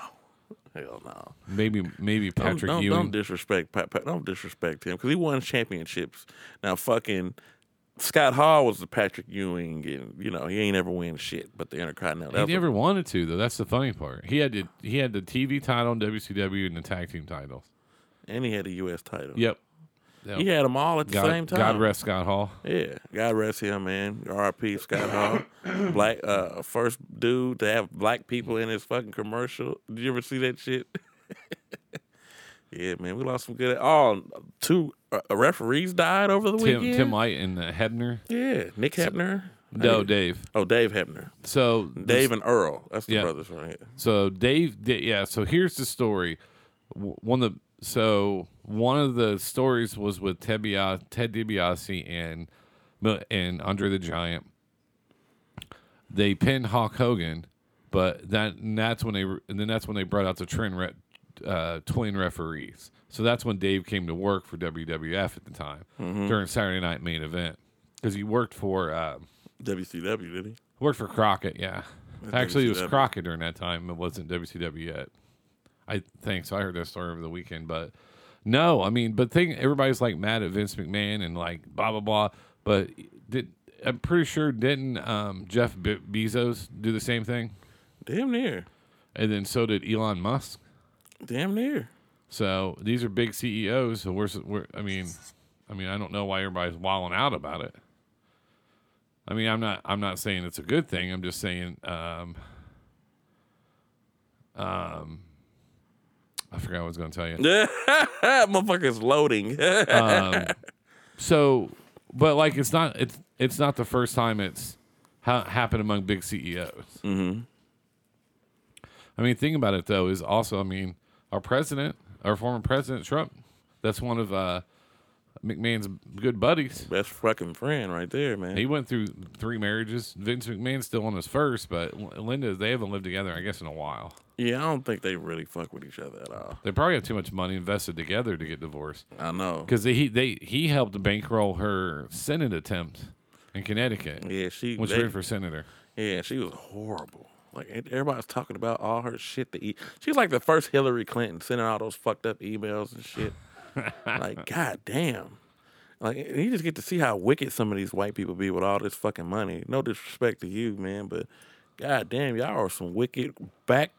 [SPEAKER 1] hell no.
[SPEAKER 2] Maybe maybe
[SPEAKER 1] Don't-
[SPEAKER 2] Patrick
[SPEAKER 1] don't,
[SPEAKER 2] Ewing.
[SPEAKER 1] Don't disrespect. Pa- Pa- Don't disrespect him because he won championships. Now, fucking Scott Hall was the Patrick Ewing, and you know he ain't ever win shit. But the Intercontinental. that
[SPEAKER 2] he
[SPEAKER 1] was a-
[SPEAKER 2] never wanted to though. That's the funny part. He had to, he had the TV title in WCW and the tag team titles.
[SPEAKER 1] and he had a U.S. title.
[SPEAKER 2] Yep. Yeah.
[SPEAKER 1] He had them all at the
[SPEAKER 2] God,
[SPEAKER 1] same time.
[SPEAKER 2] God rest Scott Hall.
[SPEAKER 1] Yeah, God rest him, man. R.I.P. Scott
[SPEAKER 2] [coughs]
[SPEAKER 1] Hall, black uh, first dude to have black people in his fucking commercial. Did you ever see that shit? [laughs] yeah, man, we lost some good. Oh, two uh, referees died over the
[SPEAKER 2] Tim
[SPEAKER 1] weekend.
[SPEAKER 2] Tim White and uh, Hebner.
[SPEAKER 1] yeah, Nick Hebner.
[SPEAKER 2] No, Dave.
[SPEAKER 1] Oh, Dave Hebner.
[SPEAKER 2] So
[SPEAKER 1] Dave and Earl. That's the
[SPEAKER 2] Yeah.
[SPEAKER 1] brothers right here.
[SPEAKER 2] So Dave, did, yeah. So here's the story. W- One of the so one of the stories was with Ted Bia- Ted DiBiase and Mil- and Andre the Giant. They pinned Hulk Hogan, but that and that's when they re- and then that's when they brought out the twin re, uh, twin referees. So that's when Dave came to work for WWF at the time during Saturday Night Main Event because he worked for. Um,
[SPEAKER 1] WCW, did he?
[SPEAKER 2] Worked for Crockett, yeah. Actually, it was
[SPEAKER 1] WCW.
[SPEAKER 2] Crockett during that time. It wasn't WCW yet. I think so. I heard that story over the weekend, but no, I mean, but thing everybody's like mad at Vince McMahon and like blah blah blah. But did I'm pretty sure didn't um, Jeff Be- Bezos do the same thing,
[SPEAKER 1] Damn near.
[SPEAKER 2] and then so did Elon Musk.
[SPEAKER 1] Damn
[SPEAKER 2] [laughs]
[SPEAKER 1] near.
[SPEAKER 2] So these are big CEOs. So we're, we're I mean, I mean, I don't know why everybody's wilding out about it. I mean, I'm not I'm not saying it's a good thing. I'm just saying, um, um, I forgot what I was going to tell you.
[SPEAKER 1] Motherfucker's loading. [laughs]
[SPEAKER 2] So, but like, it's not it's it's not the first time it's ha- happened among E big CEOs. Mm-hmm. I mean, think about it though. Is also, I mean, our president, our former president Trump. That's one of uh, McMahon's good buddies.
[SPEAKER 1] Best fucking friend right there, man.
[SPEAKER 2] He went through three marriages. Vince McMahon's still on his first, but Linda, they haven't lived together, I guess, in a while.
[SPEAKER 1] yeah, I don't think they really fuck with each other at all.
[SPEAKER 2] They probably have too much money invested together to get divorced.
[SPEAKER 1] I know.
[SPEAKER 2] Because he they he helped bankroll her Senate attempt in Connecticut.
[SPEAKER 1] Yeah, she.
[SPEAKER 2] Which
[SPEAKER 1] they-
[SPEAKER 2] ran for senator.
[SPEAKER 1] Yeah, she was horrible. Like and everybody's talking about all her shit to eat. She's like the first Hillary Clinton sending all those fucked up emails and shit. like, god damn. Like and you just get to see how wicked some of these white people be with all this fucking money. No disrespect to you, man, but god damn, y'all are some wicked back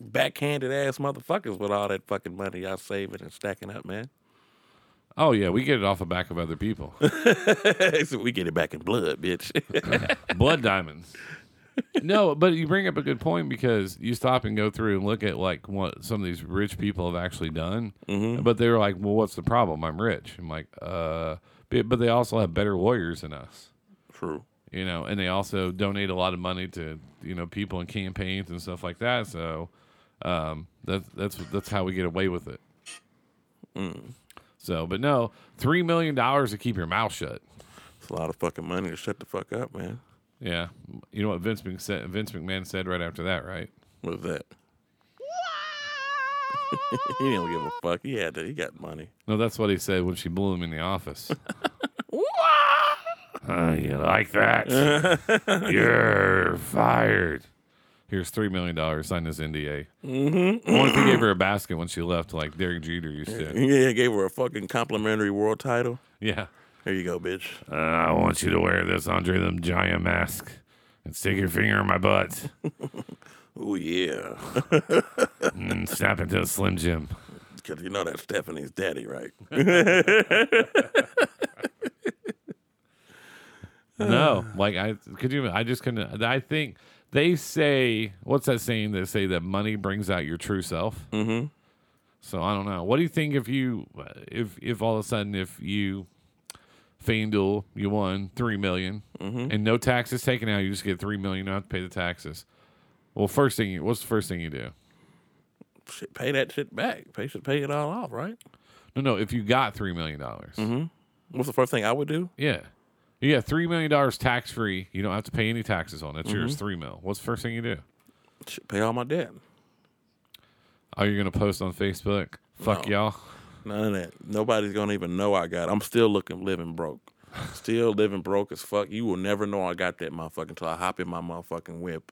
[SPEAKER 1] backhanded ass motherfuckers with all that fucking money y'all saving and stacking up, man. [laughs]
[SPEAKER 2] Oh yeah, we get it off the back of other people.
[SPEAKER 1] so we get it back in blood, bitch. [laughs]
[SPEAKER 2] blood diamonds. no, but you bring up a good point because you stop and go through and look at like what some of these rich people have actually done. But they were like, "Well, what's the problem? I'm rich." I'm like, "Uh," but but they also have better lawyers than us,
[SPEAKER 1] True.
[SPEAKER 2] you know, and they also donate a lot of money to you know people and campaigns and stuff like that. So um, that's that's that's how we get away with it. So, but no, three million dollars to keep your mouth shut.
[SPEAKER 1] It's a lot of fucking money to shut the fuck up, man.
[SPEAKER 2] Yeah, you know what Vince McMahon said, Vince McMahon said right after that, right?
[SPEAKER 1] What was that? [laughs] he didn't give a fuck. He had to, he got money.
[SPEAKER 2] No, that's what he said when she blew him in the [laughs] office. you like that? [laughs] You're fired. Here's three million dollars. Sign this NDA. Mm-hmm. Once he [clears throat] gave her a basket when she left, like Derek Jeter used to.
[SPEAKER 1] [laughs] Yeah, gave her a fucking complimentary world title.
[SPEAKER 2] Yeah.
[SPEAKER 1] Here you go, bitch.
[SPEAKER 2] Uh, I want you to wear this Andre the Giant mask and stick your finger in my butt
[SPEAKER 1] Oh yeah,
[SPEAKER 2] and snap into a Slim Jim.
[SPEAKER 1] because you know that's Stephanie's daddy, right? [laughs]
[SPEAKER 2] No, like I could you. I just couldn't. I think they say what's that saying? They say that money brings out your true self. Mm-hmm. So I don't know. What do you think if you if if all of a sudden if you FanDuel you won three million, and no taxes taken out, you just get three million. You don't have to pay the taxes. Well, first thing, you, what's the first thing you do?
[SPEAKER 1] Shit, pay that shit back. Pay should pay it all off, right?
[SPEAKER 2] No, no. If you got three million dollars,
[SPEAKER 1] What's the first thing I would do?
[SPEAKER 2] yeah, you got three million dollars tax free. You don't have to pay any taxes on it. It's yours three mil. What's the first thing you do?
[SPEAKER 1] Shit, pay all my debt.
[SPEAKER 2] Are you gonna post on Facebook? Fuck
[SPEAKER 1] No.
[SPEAKER 2] y'all.
[SPEAKER 1] None of that. Nobody's gonna even know I got. I'm still looking living broke. Still living broke as fuck. You will never know I got that motherfucker until I hop in my motherfucking whip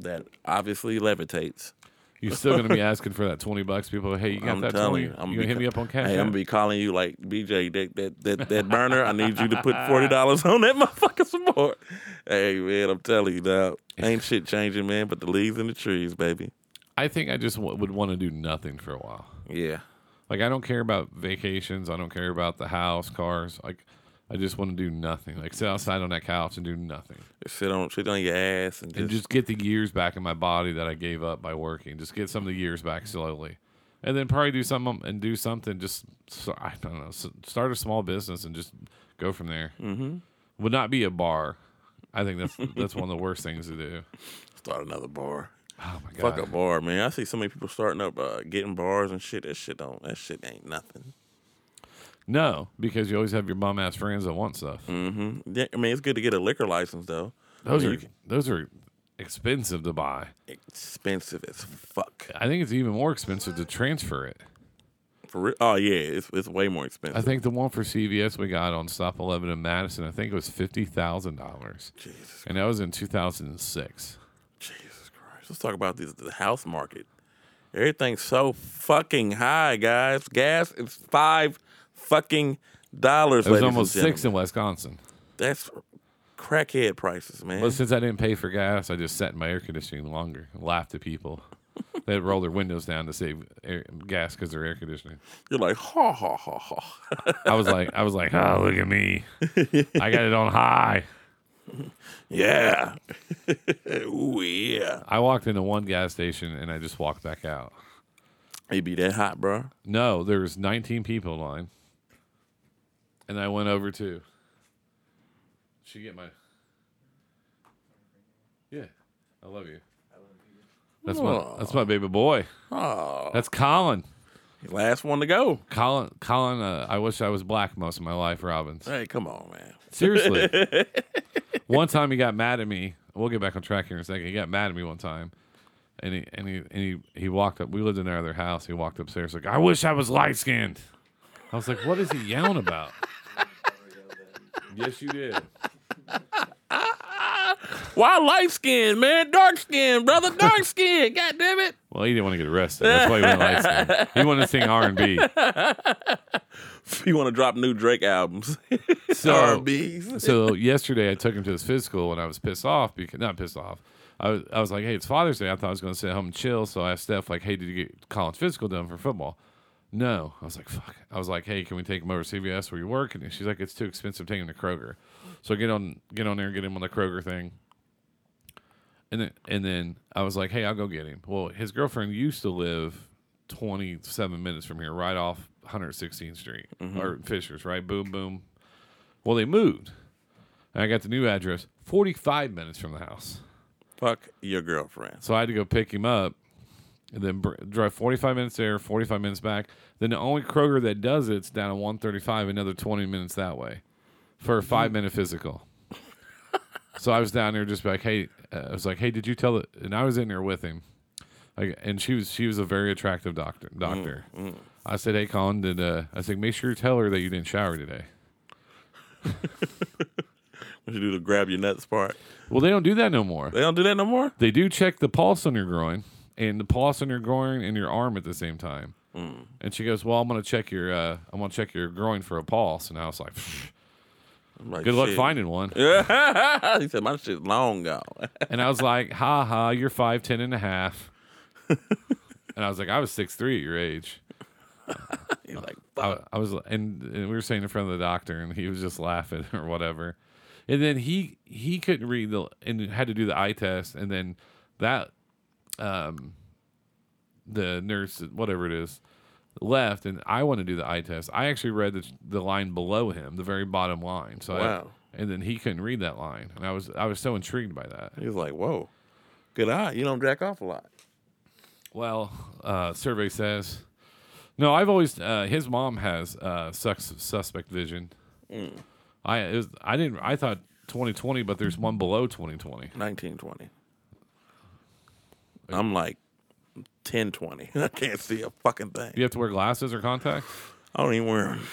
[SPEAKER 1] that obviously levitates.
[SPEAKER 2] You're still gonna be asking for that twenty bucks. People, hey, you got
[SPEAKER 1] I'm
[SPEAKER 2] that
[SPEAKER 1] telling
[SPEAKER 2] twenty?
[SPEAKER 1] you,
[SPEAKER 2] You,
[SPEAKER 1] I'm
[SPEAKER 2] gonna hit
[SPEAKER 1] beca-
[SPEAKER 2] me up on cash?
[SPEAKER 1] Hey, I'm
[SPEAKER 2] App?
[SPEAKER 1] gonna be calling you like BJ that that that, that burner. I need you to put forty dollars on that [laughs] motherfucker some more. Hey man, I'm telling you now, ain't shit changing, man. But the leaves and the trees, baby.
[SPEAKER 2] I think I just w- would want to do nothing for a while.
[SPEAKER 1] Yeah,
[SPEAKER 2] Like I don't care about vacations. I don't care about the house, cars. Like I just want to do nothing. Like sit outside on that couch and do nothing,
[SPEAKER 1] Just sit on sit on your ass and just,
[SPEAKER 2] and just get the years back in my body that I gave up by working. Just get some of the years back slowly, and then probably do some and do something. Just so, I don't know. s- Start a small business and just go from there. Mm-hmm. Would not be a bar. I think that's that's one of the worst things to do.
[SPEAKER 1] start another bar.
[SPEAKER 2] Oh my god!
[SPEAKER 1] Fuck a bar, man. I see so many people starting up, uh, getting bars and shit. That shit don't. That shit ain't nothing.
[SPEAKER 2] No, because you always have your bum ass friends that want stuff.
[SPEAKER 1] Yeah, I mean, it's good to get a liquor license though.
[SPEAKER 2] Those
[SPEAKER 1] I
[SPEAKER 2] are
[SPEAKER 1] mean, Mm-hmm. you
[SPEAKER 2] those are expensive to buy.
[SPEAKER 1] can- expensive as fuck.
[SPEAKER 2] I think it's even more expensive to transfer it.
[SPEAKER 1] For real. Oh yeah, it's it's way more
[SPEAKER 2] I
[SPEAKER 1] expensive.
[SPEAKER 2] think the one for CVS we got on Stop Eleven in Madison, I think it was fifty thousand dollars,
[SPEAKER 1] Jesus,
[SPEAKER 2] and that was in two thousand and six.
[SPEAKER 1] Jesus Christ. Let's talk about this the house market. Everything's so fucking high, guys. Gas is five fucking dollars.
[SPEAKER 2] It was
[SPEAKER 1] ladies
[SPEAKER 2] almost
[SPEAKER 1] and
[SPEAKER 2] six in
[SPEAKER 1] gentlemen.
[SPEAKER 2] Wisconsin.
[SPEAKER 1] That's crackhead prices, man.
[SPEAKER 2] But since I didn't pay for gas, I just sat in my air conditioning longer and laughed
[SPEAKER 1] [laughs]
[SPEAKER 2] at people. They'd roll their windows down to save air, gas because they're air conditioning.
[SPEAKER 1] You're like ha ha ha ha.
[SPEAKER 2] I was like, I was like, oh look
[SPEAKER 1] [laughs]
[SPEAKER 2] at me, I got it on high.
[SPEAKER 1] Yeah. [laughs] Ooh yeah.
[SPEAKER 2] I walked into one gas station and I just walked back out.
[SPEAKER 1] It be that hot, bro.
[SPEAKER 2] No, there was 19 people in line, and I went over to. She get my. Yeah, I love you. That's my that's my baby boy.
[SPEAKER 1] Oh,
[SPEAKER 2] That's Colin.
[SPEAKER 1] last one to go.
[SPEAKER 2] Colin Colin. Uh, I wish I was black most of my life, Robbins.
[SPEAKER 1] Hey, come on, man.
[SPEAKER 2] Seriously. [laughs] one time he got mad at me. We'll get back on track here in a second. He got mad at me one time. And he and he and he, he walked up. We lived in our other house. He walked upstairs like, I wish I was light skinned. I was like, what is he yelling about? [laughs] yes, you did.
[SPEAKER 1] Why light skin, man? Dark skin, brother.
[SPEAKER 2] [laughs]
[SPEAKER 1] Dark skin. God damn it. [laughs]
[SPEAKER 2] Well, he didn't want to get arrested. That's why he went light skinned. He wanted to sing R and B.
[SPEAKER 1] You want to drop new Drake albums?
[SPEAKER 2] [laughs] So
[SPEAKER 1] [laughs] RBs.
[SPEAKER 2] so yesterday I took him to his physical and I was pissed off because not pissed off. I was, I was like, hey, it's Father's Day. I thought I was going to sit home and chill. So I asked Steph, like, hey, did you get college physical done for football? No. I was like, fuck. I was like, hey, can we take him over to CVS where you work? And she's like, it's too expensive taking him to Kroger. So I get on get on there and get him on the Kroger thing. And then and then I was like, hey, I'll go get him. Well, his girlfriend used to live 27 minutes from here, right off 116th Street or Fisher's, right? Boom, boom, well, they moved. And I got the new address 45 minutes from the house.
[SPEAKER 1] Fuck your girlfriend.
[SPEAKER 2] So I had to go pick him up and then br- drive 45 minutes there, 45 minutes back. Then the only Kroger that does it's down at 135, another 20 minutes that way for a five minute physical. so I was down there just like, hey, uh, I was like, hey, did you tell the And I was in there with him. Like, and she was she was a very attractive doctor. Doctor, I said, "Hey, Colin, did uh, I said make sure you tell her that you didn't shower today."
[SPEAKER 1] What you do the grab your nuts part?
[SPEAKER 2] Well, they don't do that no more.
[SPEAKER 1] They don't do that no more.
[SPEAKER 2] They do check the pulse on your groin and the pulse on your groin and your arm at the same time. And she goes, "Well, I'm gonna check your uh, I'm gonna check your groin for a pulse." And I was like, "Pfft,
[SPEAKER 1] I'm like,
[SPEAKER 2] "Good luck
[SPEAKER 1] shit.
[SPEAKER 2] finding
[SPEAKER 1] [laughs]
[SPEAKER 2] one."
[SPEAKER 1] he said my shit's long gone. [laughs]
[SPEAKER 2] And I was like, "Ha ha, you're five ten and a half." and I was like, "I was six three at your age."
[SPEAKER 1] He's like, fuck.
[SPEAKER 2] I, I was, and, and we were saying in front of the doctor, and he was just laughing [laughs] or whatever. And then he he couldn't read the and had to do the eye test, and then that um the nurse whatever it is left, and I want to do the eye test. I actually read the the line below him, the very bottom line. So I-
[SPEAKER 1] Wow.
[SPEAKER 2] and then he couldn't read that line, and I was I was so intrigued by that.
[SPEAKER 1] He's like, whoa. Good eye. You don't jack off a lot.
[SPEAKER 2] Well, uh, survey says, no. I've always uh, his mom has uh, sus- suspect vision. I it was, I didn't I thought 2020, but there's one below 2020.
[SPEAKER 1] 1920. I'm like 1020. [laughs] I can't see a fucking thing.
[SPEAKER 2] You have to wear glasses or contacts,
[SPEAKER 1] I don't even wear 'em.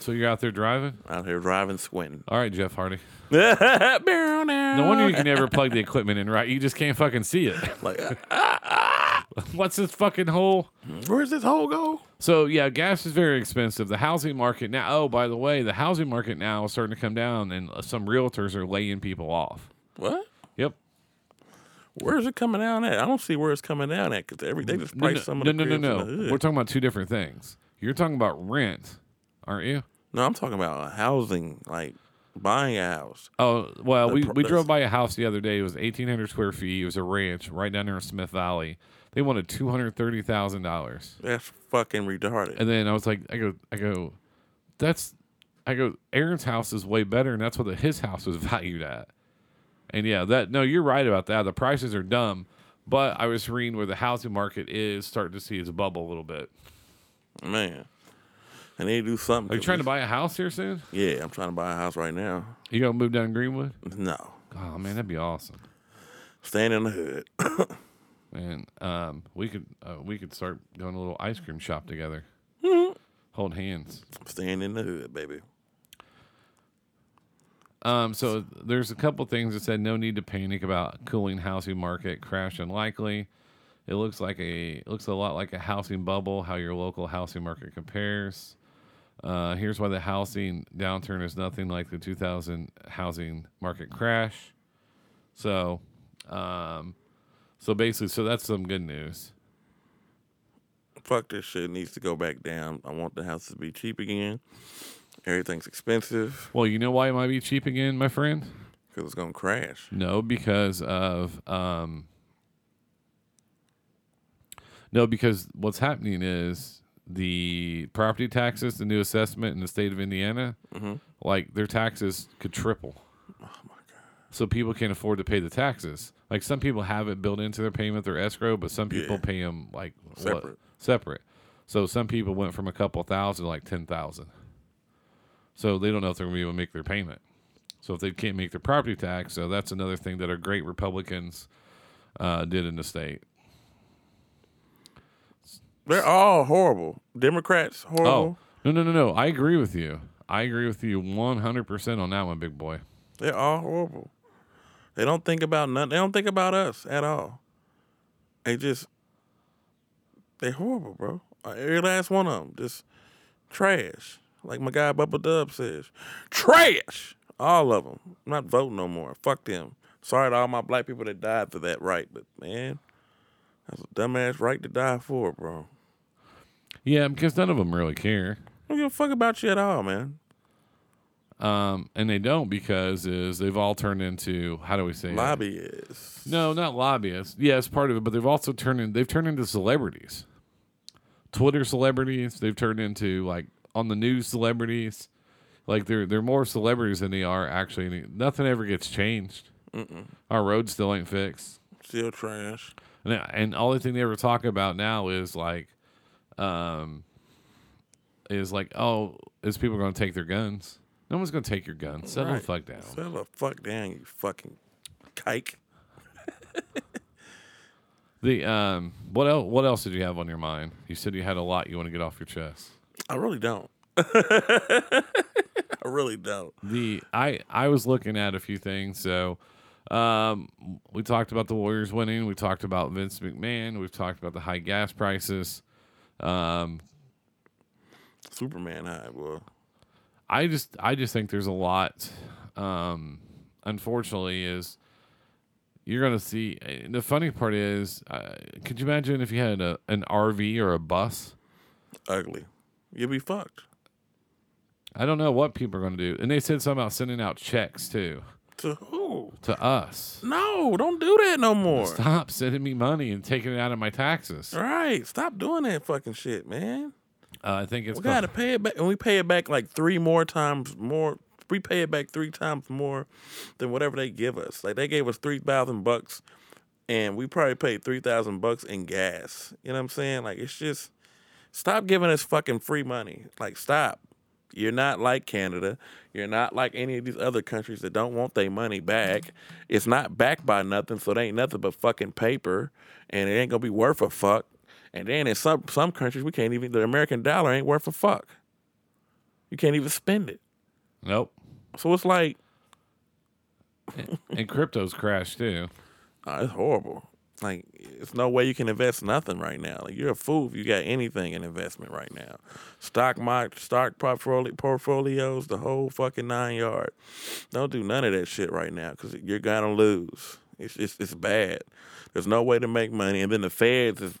[SPEAKER 2] so you're out there driving.
[SPEAKER 1] Out here driving, squinting.
[SPEAKER 2] All right, Jeff Hardy.
[SPEAKER 1] [laughs] Barrel
[SPEAKER 2] No
[SPEAKER 1] now.
[SPEAKER 2] wonder you can never plug the equipment in right. You just can't fucking see it. [laughs]
[SPEAKER 1] Like, uh,
[SPEAKER 2] What's this fucking hole?
[SPEAKER 1] where's this hole go?
[SPEAKER 2] So yeah, gas is very expensive. The housing market now. Oh, by the way, the housing market now is starting to come down, and some realtors are laying people off.
[SPEAKER 1] What?
[SPEAKER 2] Yep.
[SPEAKER 1] Where's it coming down at? I don't see where it's coming down at because every they just
[SPEAKER 2] No,
[SPEAKER 1] price
[SPEAKER 2] no,
[SPEAKER 1] some of
[SPEAKER 2] no,
[SPEAKER 1] the cribs
[SPEAKER 2] no, no,
[SPEAKER 1] in
[SPEAKER 2] no.
[SPEAKER 1] the hood.
[SPEAKER 2] We're talking about two different things. You're talking about rent, aren't you?
[SPEAKER 1] No, I'm talking about housing, like buying a house.
[SPEAKER 2] Oh well, we,
[SPEAKER 1] pro-
[SPEAKER 2] we drove
[SPEAKER 1] that's-
[SPEAKER 2] by a house the other day. It was 1,800 square feet. It was a ranch right down there in Smith Valley. They wanted two hundred thirty thousand dollars,
[SPEAKER 1] That's fucking retarded.
[SPEAKER 2] and then I was like, I go, I go, that's, I go, Aaron's house is way better, and that's what the, his house was [laughs] valued at. And yeah, that no, you're right about that. The prices are dumb, but I was reading where the housing market is starting to see its bubble a little bit.
[SPEAKER 1] Man. I need to do something.
[SPEAKER 2] Are you trying to buy a house here soon?
[SPEAKER 1] Yeah, I'm trying to buy a house right now.
[SPEAKER 2] You gonna move down to Greenwood?
[SPEAKER 1] No.
[SPEAKER 2] Oh man, that'd be awesome.
[SPEAKER 1] Staying in the hood. [coughs]
[SPEAKER 2] Man, um, we could uh, we could start doing a little ice cream shop together. Hold hands.
[SPEAKER 1] I'm staying in the hood, baby.
[SPEAKER 2] Um, so there's a couple things that said no need to panic about cooling housing market crash unlikely. It looks like a it looks a lot like a housing bubble. How your local housing market compares. Uh, here's why the housing downturn is nothing like the 2000 housing market crash. So, um, so basically, so that's some good news.
[SPEAKER 1] Fuck this shit. It needs to go back down. I want the house to be cheap again. Everything's expensive
[SPEAKER 2] Well, you know why it might be cheap again, my friend?
[SPEAKER 1] because it's going to crash.
[SPEAKER 2] No, because of um No, because what's happening is the property taxes, the new assessment in the state of Indiana, like their taxes could triple.
[SPEAKER 1] Mm-hmm. Oh my God.
[SPEAKER 2] so people can afford to pay the taxes. Like some people have it built into their payment, their escrow, but some people
[SPEAKER 1] Yeah.
[SPEAKER 2] pay them like what-
[SPEAKER 1] Separate.
[SPEAKER 2] separate. So some people went from a couple thousand to like ten thousand. So they don't know if they're gonna be able to make their payment. So if they can't make their property tax, so that's another thing that our great Republicans uh, did in the state.
[SPEAKER 1] They're all horrible. Democrats
[SPEAKER 2] Oh
[SPEAKER 1] horrible.
[SPEAKER 2] no no no no! I agree with you. I agree with you one hundred percent on that one, big boy.
[SPEAKER 1] They're all horrible. They don't think about nothing. They don't think about us at all. They just they horrible, bro. Uh, Every last one of them just trash. Like my guy Bubba Dub says, trash. All of them. I'm not voting no more. Fuck them. Sorry to all my black people that died for that right, but man, that's a dumbass right to die for, bro.
[SPEAKER 2] Yeah, because none of them really care.
[SPEAKER 1] I don't give a fuck about you at all, man.
[SPEAKER 2] Um, and they don't because is they've all turned into how do we say it?
[SPEAKER 1] Lobbyists.
[SPEAKER 2] No, not lobbyists. Yeah, it's part of it, but they've also turned in they've turned into celebrities. Twitter celebrities, they've turned into like on the news celebrities. Like they're they're more celebrities than they are actually. any- Nothing ever gets changed. Our roads still ain't fixed.
[SPEAKER 1] Still trash.
[SPEAKER 2] And, and all the thing they ever talk about now is like, um, is like, oh, is people going to take their guns? No one's going to take your guns. Settle the
[SPEAKER 1] Right.
[SPEAKER 2] fuck down.
[SPEAKER 1] Settle the fuck down, you fucking kike.
[SPEAKER 2] The um, what else? What else did you have on your mind? You said you had a lot you want to get off your chest.
[SPEAKER 1] I really don't. [laughs] I really don't.
[SPEAKER 2] The I I was looking at a few things. So, um, we talked about the Warriors winning. We talked about Vince McMahon. We've talked about the high gas prices. Um,
[SPEAKER 1] Superman high, boy.
[SPEAKER 2] I just I just think there's a lot. Um, unfortunately, is you're gonna see. and The funny part is, uh, could you imagine if you had a, an RV or a bus?
[SPEAKER 1] Ugly. You'll be fucked.
[SPEAKER 2] I don't know what people are gonna do. And they said something about sending out checks too.
[SPEAKER 1] To who?
[SPEAKER 2] to us.
[SPEAKER 1] No, don't do that no more.
[SPEAKER 2] Stop sending me money and taking it out of my taxes. Uh,
[SPEAKER 1] Right. Stop doing that fucking shit, man.
[SPEAKER 2] I think it's
[SPEAKER 1] We
[SPEAKER 2] called-
[SPEAKER 1] gotta pay it back and we pay it back like three more times more we pay it back three times more than whatever they give us. Like they gave us three thousand bucks and we probably paid three thousand bucks in gas. You know what I'm saying? Like it's just stop giving us fucking free money. Like stop. You're not like Canada. You're not like any of these other countries that don't want their money back. It's not backed by nothing, so it ain't nothing but fucking paper, and it ain't gonna be worth a fuck. And then in some some countries, we can't even the American dollar ain't worth a fuck. You can't even spend it.
[SPEAKER 2] nope.
[SPEAKER 1] So it's like
[SPEAKER 2] and crypto's crashed too.
[SPEAKER 1] oh, it's horrible. Like it's no way you can invest nothing right now. Like you're a fool if you got anything in investment right now. Stock market, stock portfolio, portfolios, the whole fucking nine yard. Don't do none of that shit right now because you're gonna lose. It's, it's it's bad. There's no way to make money, and then the Feds is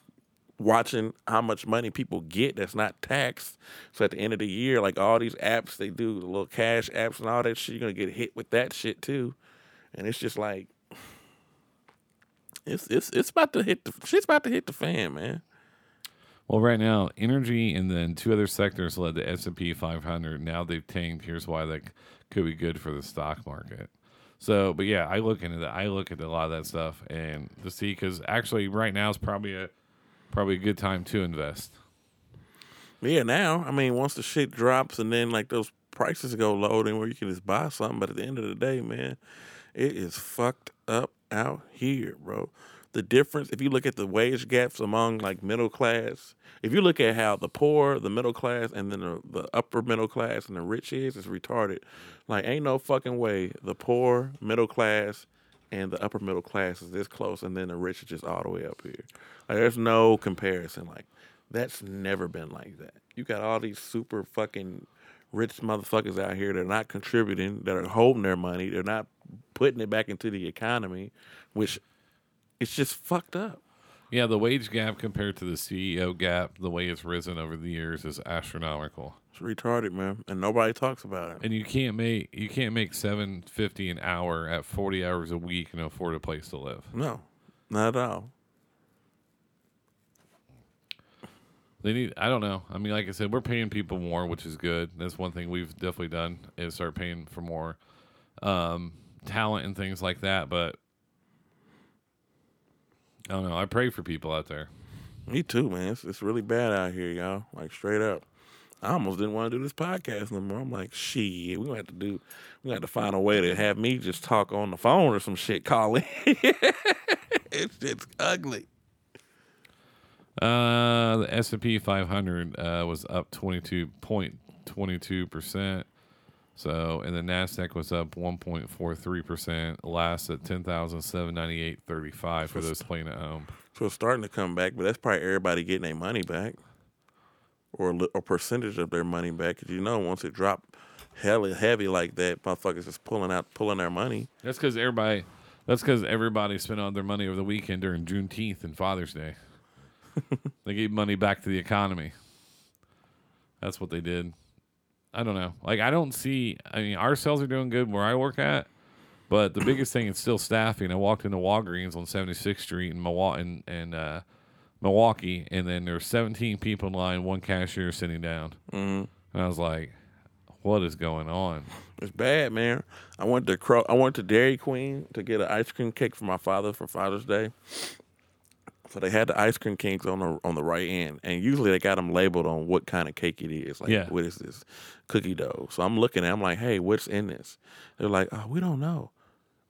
[SPEAKER 1] watching how much money people get that's not taxed. So at the end of the year, like all these apps they do, the little cash apps and all that shit, you're gonna get hit with that shit too. And it's just like it's it's it's about to hit the shit's about to hit the fan, man.
[SPEAKER 2] Well, right now, energy and then two other sectors led the S and P 500. Now they've tanked. Here's why that c- could be good for the stock market. So, but yeah, I look into that. I look at a lot of that stuff and to see because actually, right now is probably a probably a good time to invest.
[SPEAKER 1] Yeah, now I mean, once the shit drops and then like those prices go low, then where you can just buy something. But at the end of the day, man, it is fucked up out here, bro. The difference, if you look at the wage gaps among like middle class, if you look at how the poor, the middle class, and then the, the upper middle class and the rich is, it's retarded. Like, ain't no fucking way the poor, middle class, and the upper middle class is this close, and then the rich is just all the way up here. Like, there's no comparison. Like, that's never been like that. You got all these super fucking rich motherfuckers out here that are not contributing, that are holding their money, they're not putting it back into the economy, which it's just fucked up.
[SPEAKER 2] Yeah, the wage gap compared to the CEO gap, the way it's risen over the years is astronomical.
[SPEAKER 1] It's retarded, man, and nobody talks about it.
[SPEAKER 2] And you can't make you can't make seven fifty an hour at forty hours a week and afford a place to live.
[SPEAKER 1] No, not at all.
[SPEAKER 2] They need I don't know. I mean, like I said, we're paying people more, which is good. That's one thing we've definitely done is start paying for more. Um, talent and things like that, but I don't know. I pray for people out there.
[SPEAKER 1] Me too, man. It's, it's really bad out here, y'all. Like straight up. I almost didn't want to do this podcast no more. I'm like, shit, we gonna have to do we gonna have to find a way to have me just talk on the phone or some shit call in. [laughs] it's it's ugly.
[SPEAKER 2] Uh, the S and P 500 uh, was up 22.22 percent. So, and the Nasdaq was up 1.43 percent. Last at 10,798.35 for those playing at home.
[SPEAKER 1] So it's starting to come back, but that's probably everybody getting their money back, or a li- a percentage of their money back. 'Cause you know, once it dropped hella heavy like that, motherfuckers is pulling out, pulling their money.
[SPEAKER 2] That's because everybody. That's because everybody spent all their money over the weekend during Juneteenth and Father's
[SPEAKER 1] [laughs]
[SPEAKER 2] Day. they gave money back to the economy. That's what they did. I don't know. Like I don't see. I mean, our sales are doing good where I work at, but the biggest thing is still staffing. I walked into Walgreens on 76th Street in Milwaukee, and, and uh, Milwaukee, and then there were 17 people in line, one cashier sitting down, mm
[SPEAKER 1] Mm-hmm.
[SPEAKER 2] and I was like, "What is going on?"
[SPEAKER 1] It's bad, man. I went to Cro- I went to Dairy Queen to get an ice cream cake for my father for Father's Day. So they had the ice cream cakes on the on the right end, and usually they got them labeled on what kind of cake it is. Like,
[SPEAKER 2] Yeah.
[SPEAKER 1] what is this cookie dough? So I'm looking at, it, I'm like, hey, what's in this? They're like, oh, we don't know.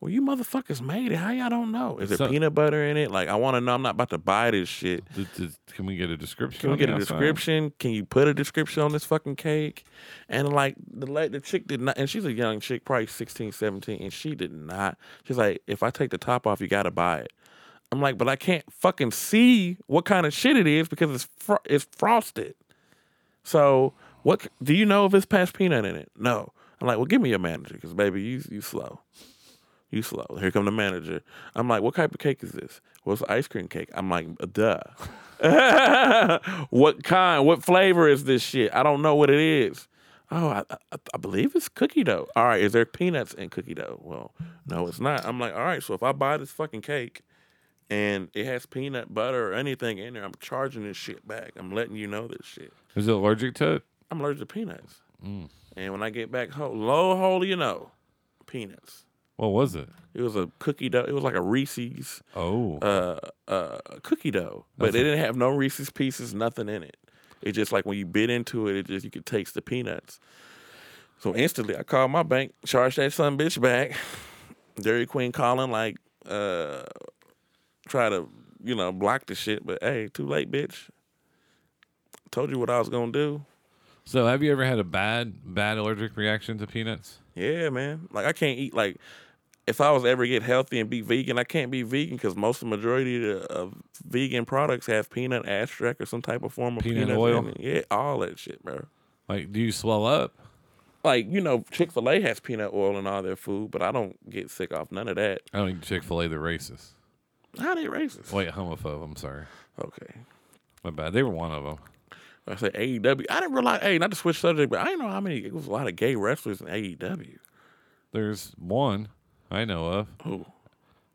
[SPEAKER 1] Well, you motherfuckers made it. How y'all don't know? Is there
[SPEAKER 2] So-
[SPEAKER 1] peanut butter in it? Like, I want to know. I'm not about to buy this shit.
[SPEAKER 2] Th- th- Can we get a description?
[SPEAKER 1] Can we
[SPEAKER 2] on the
[SPEAKER 1] get a
[SPEAKER 2] outside?
[SPEAKER 1] description? Can you put a description on this fucking cake? And like the la- the chick did not, and she's a young chick, probably 16, 17, and she did not. She's like, if I take the top off, you gotta buy it. I'm like, but I can't fucking see what kind of shit it is because it's fr- it's frosted. So what c- do you know if it's past peanut in it? No. I'm like, well, give me your manager because baby, you you slow. You slow. Here come the manager. I'm like, what type of cake is this? What's it's ice cream cake? I'm like, duh. [laughs] what kind? What flavor is this shit? I don't know what it is. Oh, I, I, I believe it's cookie dough. All right, is there peanuts in cookie dough? Well, no, it's not. I'm like, all right, so if I buy this fucking cake and it has peanut butter or anything in there, I'm charging this shit back. I'm letting you know this shit.
[SPEAKER 2] Is it allergic to it?
[SPEAKER 1] I'm allergic to peanuts. And when I get back home, lo, holy, you know, peanuts.
[SPEAKER 2] What was it?
[SPEAKER 1] It was a cookie dough. It was like a Reese's
[SPEAKER 2] Oh,
[SPEAKER 1] uh, uh, cookie dough, but it didn't have no Reese's pieces, nothing in it. It just like when you bit into it, it just you could taste the peanuts. So instantly, I called my bank, charged that son bitch back. [sighs] Dairy Queen calling like, uh, try to you know block the shit, but hey, too late, bitch. Told you what I was gonna do.
[SPEAKER 2] so have you ever had a bad, bad allergic reaction to peanuts?
[SPEAKER 1] Yeah, man. Like I can't eat like if I was ever get healthy and be vegan, I can't be vegan because most of the majority of, of vegan products have peanut extract or some type of form of
[SPEAKER 2] Peanut
[SPEAKER 1] peanuts in
[SPEAKER 2] oil?
[SPEAKER 1] it. Yeah, all that shit, bro.
[SPEAKER 2] Like, do you swell up?
[SPEAKER 1] Like you know, Chick Fil A has peanut oil in all their food, but I don't get sick off none of that.
[SPEAKER 2] I don't eat Chick Fil A. They're racist.
[SPEAKER 1] How they racist?
[SPEAKER 2] Wait, homophobe. I'm sorry.
[SPEAKER 1] Okay,
[SPEAKER 2] My bad. They were one of them.
[SPEAKER 1] I say AEW. I didn't realize. Hey, not to switch subject, but I didn't know how many. It was a E lot of gay wrestlers in AEW.
[SPEAKER 2] There's one I know
[SPEAKER 1] Who?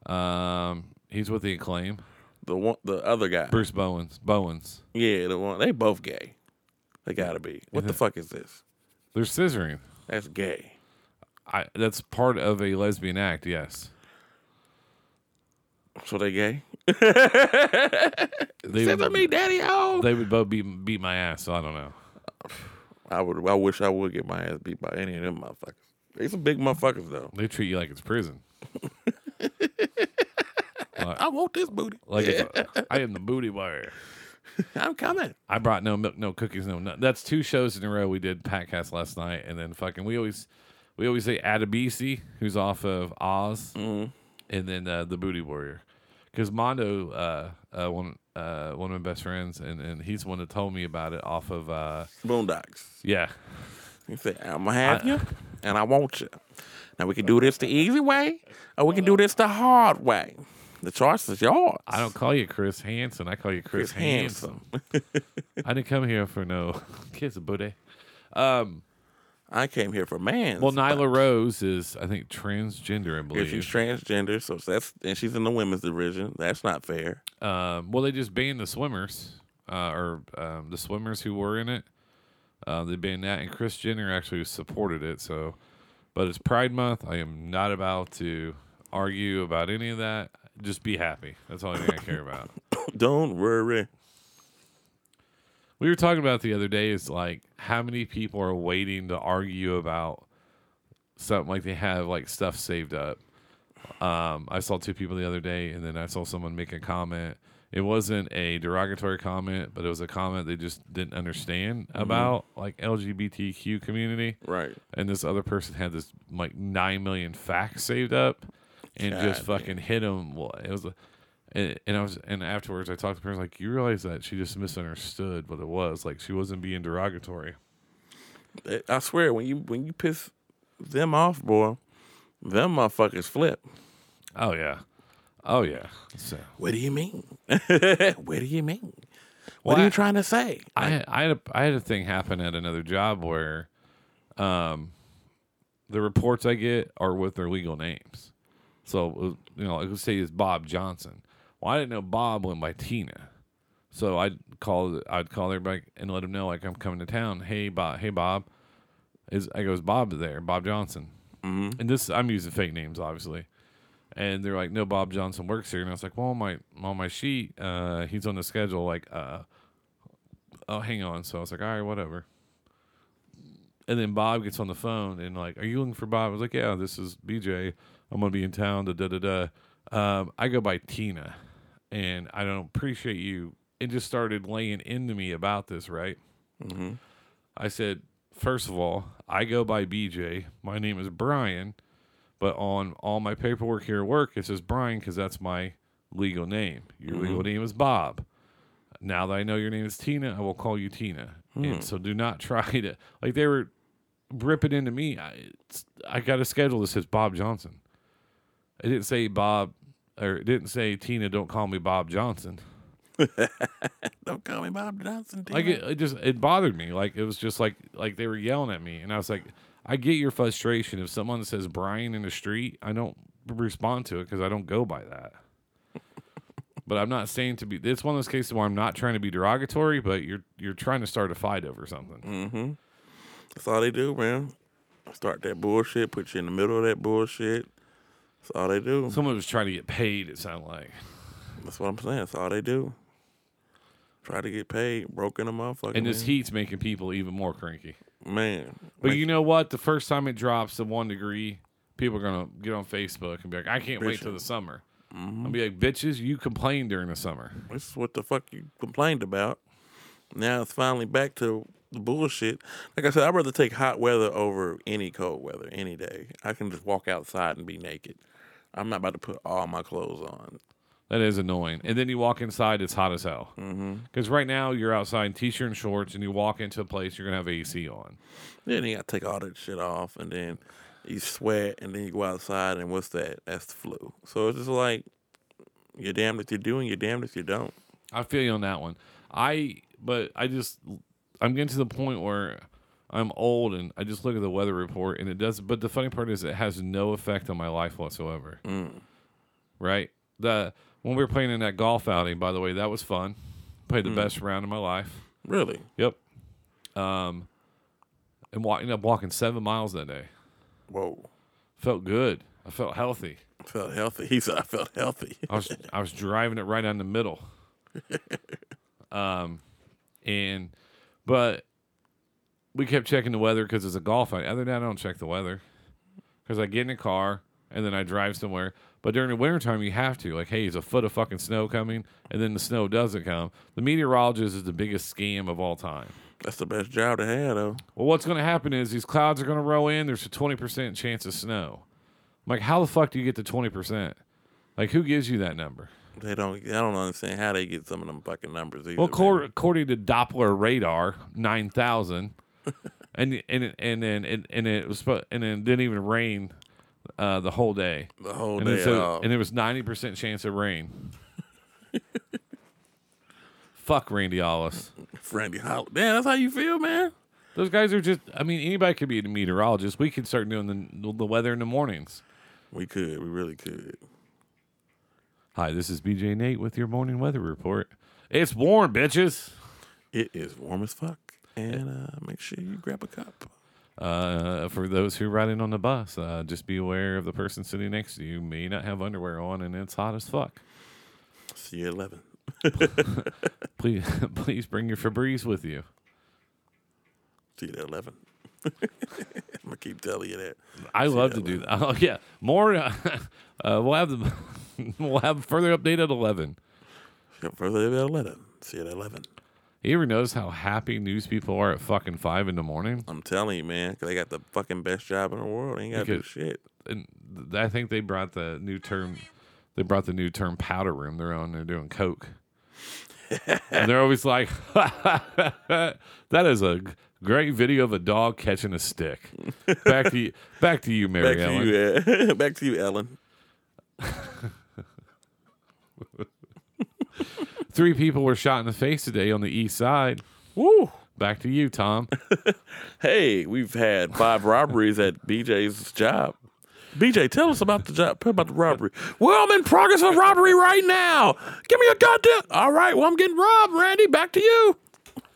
[SPEAKER 2] of. Um, he's with the acclaim.
[SPEAKER 1] The one, the other guy.
[SPEAKER 2] Bruce Bowens. Bowens.
[SPEAKER 1] Yeah, the one. They both gay. They gotta be.
[SPEAKER 2] [laughs]
[SPEAKER 1] What the fuck is this?
[SPEAKER 2] They're scissoring.
[SPEAKER 1] That's gay.
[SPEAKER 2] I, that's part of a lesbian act. Yes.
[SPEAKER 1] So they gay?
[SPEAKER 2] They,
[SPEAKER 1] Send
[SPEAKER 2] would-
[SPEAKER 1] me, daddy. Oh,
[SPEAKER 2] they would both beat beat my ass. So I don't know.
[SPEAKER 1] I would. I wish I would get my ass beat by any of them motherfuckers. They some big motherfuckers though.
[SPEAKER 2] They treat you like it's prison.
[SPEAKER 1] I want this booty.
[SPEAKER 2] Like [laughs] it's, I am the booty wire.
[SPEAKER 1] I'm coming.
[SPEAKER 2] I brought no milk, no cookies, no nut. That's two shows in a row we did podcast last night, and then fucking we always we always say Adabisi, who's off of Oz, and then uh, the Booty Warrior, because Mondo, uh, uh, one uh, one of my best friends, and and he's the one that told me about it off of uh,
[SPEAKER 1] Boondocks.
[SPEAKER 2] yeah.
[SPEAKER 1] He said, "I'm gonna have you, and I want you. Now we can do this the easy way, or we can do this the hard way. The choice is yours."
[SPEAKER 2] I don't call you Chris Hansen. I call you
[SPEAKER 1] It's
[SPEAKER 2] Chris, Hansen.
[SPEAKER 1] handsome.
[SPEAKER 2] I didn't come here for no [laughs] kiss, booty. Um,
[SPEAKER 1] I came here for man.
[SPEAKER 2] well, Nyla Rose is, I think, transgender, I
[SPEAKER 1] If she's
[SPEAKER 2] believe.
[SPEAKER 1] transgender, so that's and she's in the women's division. That's not fair.
[SPEAKER 2] Um, well, they just banned the swimmers, uh, or um, the swimmers who were in it. Uh, they banned that, and Chris Jenner actually supported it. So But it's Pride Month. I am not about to argue about any of that. Just be happy. That's all I think I care about.
[SPEAKER 1] Don't worry.
[SPEAKER 2] We were talking about the other day is like how many people are waiting to argue about something like they have like stuff saved up. Um, I saw two people the other day, and then I saw someone make a comment. It wasn't a derogatory comment, but it was a comment they just didn't understand about like LGBTQ community.
[SPEAKER 1] Right.
[SPEAKER 2] And this other person had this like nine million facts saved up, and just
[SPEAKER 1] God
[SPEAKER 2] fucking hit him. Well, It was, a, and, and I was, and afterwards I talked to her like, you realize that she just misunderstood what it was. Like she wasn't being derogatory.
[SPEAKER 1] eh, I- I swear, when you when you piss them off, boy, them motherfuckers flip.
[SPEAKER 2] Oh yeah, oh yeah. So
[SPEAKER 1] What do you [laughs] mean? what do you mean? What are
[SPEAKER 2] Well,
[SPEAKER 1] you
[SPEAKER 2] I-
[SPEAKER 1] trying to say?
[SPEAKER 2] I had, I had a I had a thing happen at another job where, um, the reports I get are with their legal names. So it was- you know, like let's say it's Bob Johnson. Well, I didn't know Bob went by Tina, so I'd call I'd call everybody and let them know like I'm coming to town. Hey Bob, hey Bob, is I goes Bob there, Bob Johnson, mm-hmm. and this I'm using fake names obviously. And they're like, no, Bob Johnson works here, and I was like, well, on my on my sheet, uh, he's on the schedule. Like, uh, oh, hang on. So I was like, all right, whatever. And then Bob gets on the phone and like, are you looking for Bob? I was like, yeah, this is BJ. I'm gonna be in town. Da da da da. Um, I go by Tina, and I don't appreciate you. It just started laying into me about this, right? I said, first of all, I go by BJ. My name is Brian, but on all my paperwork here at work, it says Brian because that's my legal name. Your legal name is Bob. Now that I know your name is Tina, I will call you Tina. And so do not [laughs] try to, like, they were ripping into me. I, it's- I got a schedule that says Bob Johnson. It didn't say Bob, or it didn't say Tina, don't call me Bob Johnson.
[SPEAKER 1] Don't call me Bob Johnson.
[SPEAKER 2] Like it, it just it bothered me. Like it was just like like they were yelling at me, and I was like, I get your frustration. If someone says Brian in the street, I don't respond to it because I don't go by that. [laughs] but I'm not saying to be. It's one of those cases where I'm not trying to be derogatory, but you're you're trying to start a fight over something.
[SPEAKER 1] That's all they do, man. Start that bullshit. Put you in the middle of that bullshit. That's all they do.
[SPEAKER 2] Someone was trying to get paid. It sounded like.
[SPEAKER 1] That's what I'm saying. That's all they do. Try to get paid, broken a motherfucker.
[SPEAKER 2] And this
[SPEAKER 1] man.
[SPEAKER 2] heat's making people even more cranky.
[SPEAKER 1] man.
[SPEAKER 2] But
[SPEAKER 1] Like,
[SPEAKER 2] you know what? The first time it drops to one degree, people are gonna get on Facebook and be like, "I can't wait till the summer." I'll be like, "Bitches, you complained during the summer."
[SPEAKER 1] this is what the fuck you complained about. Now it's finally back to the bullshit. Like I said, I'd rather take hot weather over any cold weather any day. I can just walk outside and be naked. I'm not about to put all my clothes on.
[SPEAKER 2] That is annoying. And then you walk inside, it's hot as hell. Because right now you're outside in t-shirt and shorts, and you walk into a place, you're gonna have AC on.
[SPEAKER 1] Then you got to take all that shit off, and then you sweat, and then you go outside, and what's that? That's the flu. So it's just like you're damned if you do, and you're damned if you don't.
[SPEAKER 2] I feel you on that one. I but I just I'm getting to the point where I'm old and I just look at the weather report and it does. But the funny part is it has no effect on my life whatsoever. Right? The when we were playing in that golf outing, by the way, that was fun. Played the best round of my life.
[SPEAKER 1] Really?
[SPEAKER 2] Yep. Um, and walking up walking seven miles that day
[SPEAKER 1] Whoa.
[SPEAKER 2] felt good. I felt healthy.
[SPEAKER 1] Felt healthy. [laughs] He said I felt healthy.
[SPEAKER 2] I was I was driving it right down the middle. Um, and but we kept checking the weather because it's a golf outing. Other than that, I don't check the weather because I get in a car and then I drive somewhere. But during the wintertime, you have to like, hey, is a foot of fucking snow coming? And then the snow doesn't come. The meteorologist is the biggest scam of all time.
[SPEAKER 1] That's the best job to have, though.
[SPEAKER 2] Well, what's going to happen is these clouds are going to roll in. There's a 20% chance of snow. I'm like, how the fuck do you get to 20%? Like, who gives you that number?
[SPEAKER 1] They don't. I don't understand how they get some of them fucking numbers. Either,
[SPEAKER 2] Well,
[SPEAKER 1] man.
[SPEAKER 2] cor- according to Doppler radar, nine thousand, [laughs] and and and then and, and it was spo- and then it didn't even rain uh, the whole day,
[SPEAKER 1] the whole
[SPEAKER 2] and,
[SPEAKER 1] day.
[SPEAKER 2] it's a-
[SPEAKER 1] uh,
[SPEAKER 2] and there was ninety percent chance of rain. [laughs] Fuck Randy Allis.
[SPEAKER 1] Randy Holly. Damn, that's how you feel, man.
[SPEAKER 2] Those guys are just. I mean, anybody could be a meteorologist. We could start doing the the weather in the mornings.
[SPEAKER 1] We could. We really could.
[SPEAKER 2] Hi, this is BJ Nate with your morning weather report. It's warm, bitches.
[SPEAKER 1] It is warm as fuck, and uh, make sure you grab a cup.
[SPEAKER 2] Uh, for those who ride in on the bus, uh, just be aware of the person sitting next to you may not have underwear on, and it's hot as fuck.
[SPEAKER 1] See you at 11.
[SPEAKER 2] Please, [laughs] please bring your Febreze with you.
[SPEAKER 1] See you at [laughs] 11. I'm going to keep telling you that.
[SPEAKER 2] I love to do that. [laughs] Oh yeah, more. Uh, uh, we'll have the [laughs] we'll have further update at eleven.
[SPEAKER 1] Yeah, Further at 11. See you at 11.
[SPEAKER 2] You ever notice how happy news people are at fucking five in the morning?
[SPEAKER 1] I'm telling you, man, 'cause they got the fucking best job in the world. They ain't got to do
[SPEAKER 2] Because-
[SPEAKER 1] shit.
[SPEAKER 2] And th- I think they brought the new term. They brought the new term powder room. They're on. They're doing coke, and they're always like, [laughs] "That is a g- great video of a dog catching a stick." Back to you, back to you, Mary
[SPEAKER 1] Back
[SPEAKER 2] Ellen.
[SPEAKER 1] to you, [laughs] yeah. Back to you, Ellen.
[SPEAKER 2] Three people were shot in the face today on the east side.
[SPEAKER 1] Woo!
[SPEAKER 2] Back to you, Tom.
[SPEAKER 1] Hey, we've had five robberies at BJ's job. BJ, tell us about the job. About the robbery. Well, I'm in progress of robbery right now. Give me a goddamn. All right. Well, I'm getting robbed, Randy. Back to you.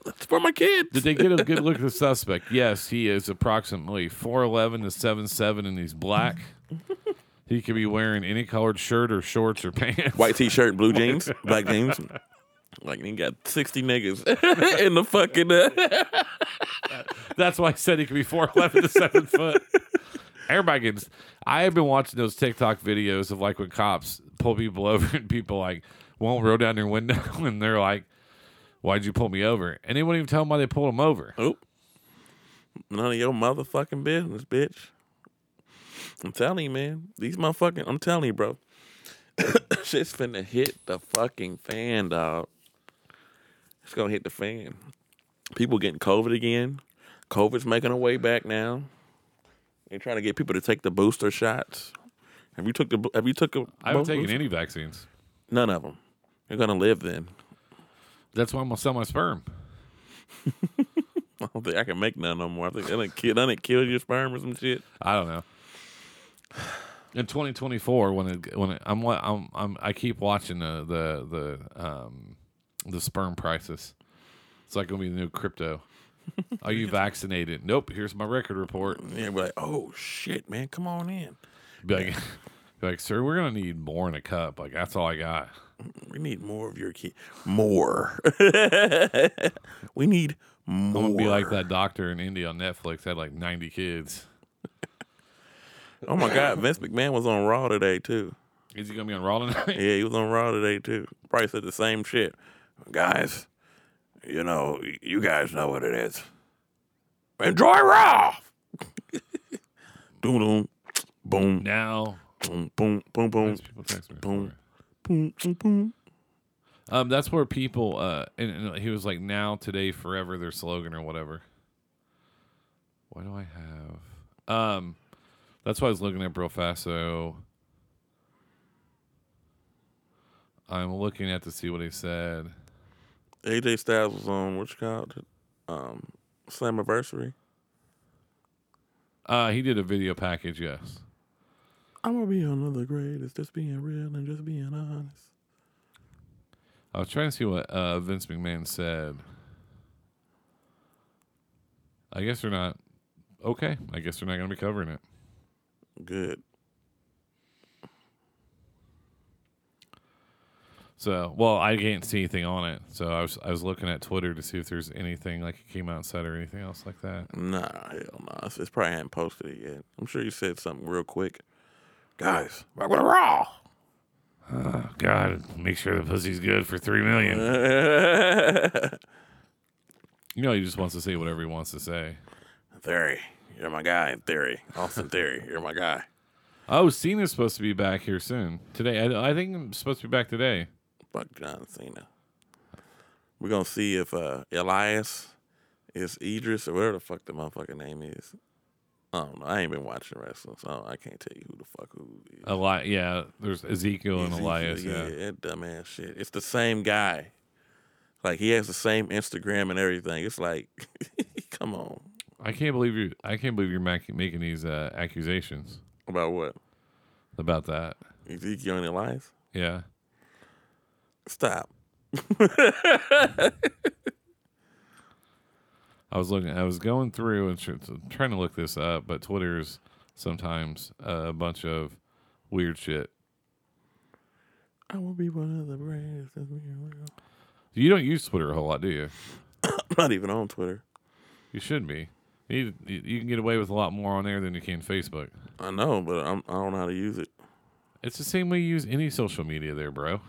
[SPEAKER 1] That's for my kids.
[SPEAKER 2] Did they get a good look at the suspect? Yes, he is approximately 4'11 to 7'7, and he's black. He could be wearing any colored shirt or shorts or pants.
[SPEAKER 1] White t-shirt, blue jeans, black jeans. Like he got sixty niggas [laughs] in the fucking. Uh,
[SPEAKER 2] That's why I said he could be 4'11 to 7 foot. [laughs] Everybody gets. I have been watching those TikTok videos of like when cops pull people [laughs] over and people like won't roll down their window [laughs] and they're like, Why'd you pull me over? And they wouldn't even tell them why they pulled them over.
[SPEAKER 1] oop. None of your motherfucking business, bitch. I'm telling you, man. These motherfucking. I'm telling you, bro. [coughs] Shit's finna hit the fucking fan, dog. It's gonna hit the fan. People getting COVID again. COVID's making a way back now. They're trying to get people to take the booster shots. Have you took the? bo- Have you took a?
[SPEAKER 2] I haven't
[SPEAKER 1] bo-
[SPEAKER 2] taken
[SPEAKER 1] booster?
[SPEAKER 2] any vaccines.
[SPEAKER 1] None of them. You're gonna live then. [laughs]
[SPEAKER 2] That's why I'm going to sell my sperm.
[SPEAKER 1] I don't think I can make none no more. I think that kill, done it kill your sperm or some shit.
[SPEAKER 2] I don't know. In 2024, when it, when it, I'm wa- I'm I'm I keep watching the the the um the sperm prices. It's like gonna be the new crypto. Are you vaccinated? Nope. Here's my record report.
[SPEAKER 1] Yeah, we're like, oh shit, man, come on in.
[SPEAKER 2] Be like, [laughs] be like, sir, we're gonna need more in a cup. Like that's all I got.
[SPEAKER 1] We need more of your kid. More. [laughs] we need more.
[SPEAKER 2] I'm gonna be like that doctor in India on Netflix had like 90 kids.
[SPEAKER 1] Oh my god, Vince McMahon was on Raw today too.
[SPEAKER 2] Is he gonna be on
[SPEAKER 1] [laughs]
[SPEAKER 2] Raw tonight?
[SPEAKER 1] Yeah, he was on Raw today too. Probably said the same shit. Guys, you know, you guys know what it is. Enjoy Raw. [laughs] doom doom, boom,
[SPEAKER 2] Now,
[SPEAKER 1] boom, boom, boom,
[SPEAKER 2] Why
[SPEAKER 1] boom,
[SPEAKER 2] does people text me.
[SPEAKER 1] boom.
[SPEAKER 2] Sorry.
[SPEAKER 1] boom, boom, boom.
[SPEAKER 2] Um, that's where people. Uh, and, and he was like, "Now, today, forever," their slogan or whatever. What do I have? Um, that's what I was looking up real fast. So I'm looking at to see what he said.
[SPEAKER 1] AJ Styles was on what you call it, um, Slammiversary.
[SPEAKER 2] Uh, he did a video package. Yes,
[SPEAKER 1] I'm gonna be another great. It's just being real and just being honest.
[SPEAKER 2] I was trying to see what uh, Vince McMahon said. I guess they're not. Okay, I guess they're not going to be covering it.
[SPEAKER 1] Good.
[SPEAKER 2] So, well, I can't see anything on it. So I was I was looking at Twitter to see if there's anything like it came out and said or anything else like that.
[SPEAKER 1] Nah, hell no. It's, it's probably hadn't posted it yet. I'm sure you said something real quick. Guys, rock with raw.
[SPEAKER 2] Oh, God, make sure the pussy's good for three
[SPEAKER 1] [laughs]
[SPEAKER 2] million.
[SPEAKER 1] Theory,
[SPEAKER 2] You know, he just wants to say whatever he wants to say.
[SPEAKER 1] you're my guy. Theory, Austin Theory, you're my guy.
[SPEAKER 2] Oh, Cena's supposed to be back here soon today. I, I think I'm supposed to be back today.
[SPEAKER 1] Fuck John Cena. We're gonna see if uh, Elias is Idris or whatever the fuck the motherfucking name is. I don't know. I ain't been watching wrestling, so I can't tell you who the fuck who is.
[SPEAKER 2] Eli- yeah, there's Ezekiel and
[SPEAKER 1] Ezekiel,
[SPEAKER 2] Elias. Yeah.
[SPEAKER 1] that dumbass shit. It's the same guy. Like he has the same Instagram and everything. It's like, [laughs] come on.
[SPEAKER 2] I can't believe you. I can't believe you're mac- making these uh, accusations
[SPEAKER 1] About what?
[SPEAKER 2] about that.
[SPEAKER 1] Ezekiel and Elias?
[SPEAKER 2] Yeah.
[SPEAKER 1] [laughs] Stop.
[SPEAKER 2] I was looking. I was going through and tr- trying to look this up, but Twitter's sometimes uh, a bunch of weird shit.
[SPEAKER 1] I will be one of the brightest. of the world.
[SPEAKER 2] You don't use Twitter a whole lot, do you?
[SPEAKER 1] I'm not even on Twitter.
[SPEAKER 2] You should be. You, you you can get away with a lot more on there than you can Facebook.
[SPEAKER 1] I know, but I'm, I don't know how to use it.
[SPEAKER 2] It's the same way you use any social media there, bro.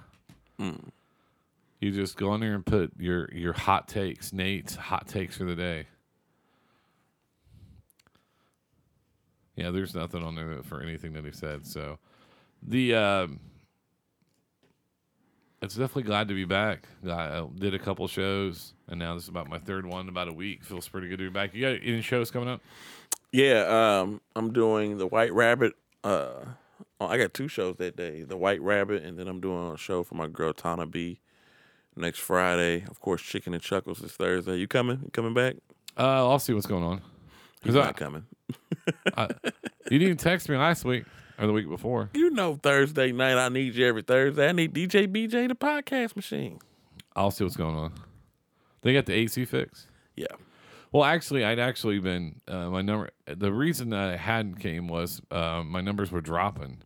[SPEAKER 2] You just go on there and put your your hot takes, Nate's hot takes for the day. Yeah, there's nothing on there for anything that he said. So, the um, it's definitely glad to be back. I uh, did a couple shows, and now this is about my third one. in About a week feels pretty good to be back. You got any shows coming up?
[SPEAKER 1] Yeah, um, I'm doing the White Rabbit. Uh, oh, I got two shows that day: the White Rabbit, and then I'm doing a show for my girl Tana B next Friday. Of course, Chicken and Chuckles is Thursday. You coming? You coming back?
[SPEAKER 2] Uh, I'll see what's going on.
[SPEAKER 1] He's
[SPEAKER 2] 'Cause
[SPEAKER 1] not
[SPEAKER 2] I-
[SPEAKER 1] coming.
[SPEAKER 2] I, you didn't text me last week or the week before.
[SPEAKER 1] You know, Thursday night I need you every Thursday. I need DJ BJ the podcast machine.
[SPEAKER 2] I'll see what's going on. They got the AC fix.
[SPEAKER 1] Yeah,
[SPEAKER 2] Well, actually, I'd actually been uh, my number. The reason that I hadn't came was uh, my numbers were dropping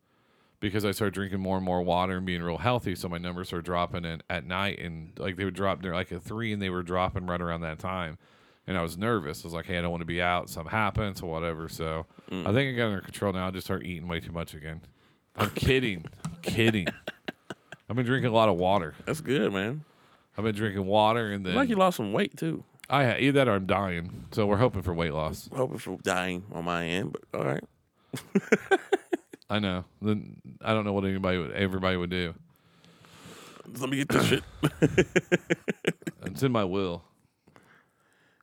[SPEAKER 2] because I started drinking more and more water and being real healthy. So my numbers were dropping and at night, and like they would drop near like a three, and they were dropping right around that time. And I was nervous. I was like, "Hey, I don't want to be out. Something happens or whatever." So
[SPEAKER 1] Mm.
[SPEAKER 2] I think I got it under control now. I just start eating way too much again. I'm kidding. I'm kidding. I've been drinking a lot of water.
[SPEAKER 1] that's good, man.
[SPEAKER 2] I've been drinking water and then
[SPEAKER 1] I like you lost some weight too.
[SPEAKER 2] I ha- either that or I'm dying. So we're hoping for weight loss.
[SPEAKER 1] Hoping for dying on my end, but all right.
[SPEAKER 2] I know. Then I don't know what anybody would everybody would do.
[SPEAKER 1] Let me get this shit.
[SPEAKER 2] It's in my will.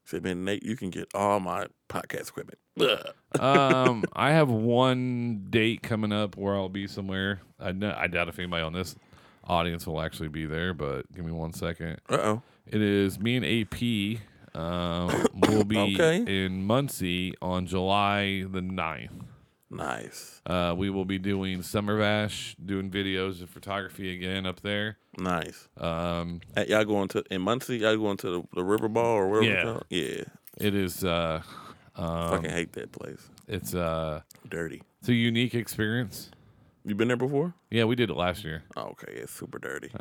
[SPEAKER 1] Said, man, Nate, you can get all my podcast equipment. Ugh.
[SPEAKER 2] Um, I have one date coming up where I'll be somewhere. I know. I doubt if anybody on this audience will actually be there, but give me one second.
[SPEAKER 1] Uh oh.
[SPEAKER 2] It is me and AP. [coughs] Um, will be
[SPEAKER 1] Okay.
[SPEAKER 2] in Muncie on July the 9th.
[SPEAKER 1] Nice.
[SPEAKER 2] Uh, we will be doing Summer Vash, doing videos of photography again up there.
[SPEAKER 1] Nice.
[SPEAKER 2] Um,
[SPEAKER 1] At y'all going to in Muncie, y'all going to the, the River Ball or wherever
[SPEAKER 2] Yeah.
[SPEAKER 1] it's called? Yeah.
[SPEAKER 2] It is uh um,
[SPEAKER 1] Fucking hate that place.
[SPEAKER 2] it's uh
[SPEAKER 1] Dirty.
[SPEAKER 2] it's a unique experience.
[SPEAKER 1] You been there before?
[SPEAKER 2] Yeah, we did it last year.
[SPEAKER 1] Oh, okay, it's super dirty.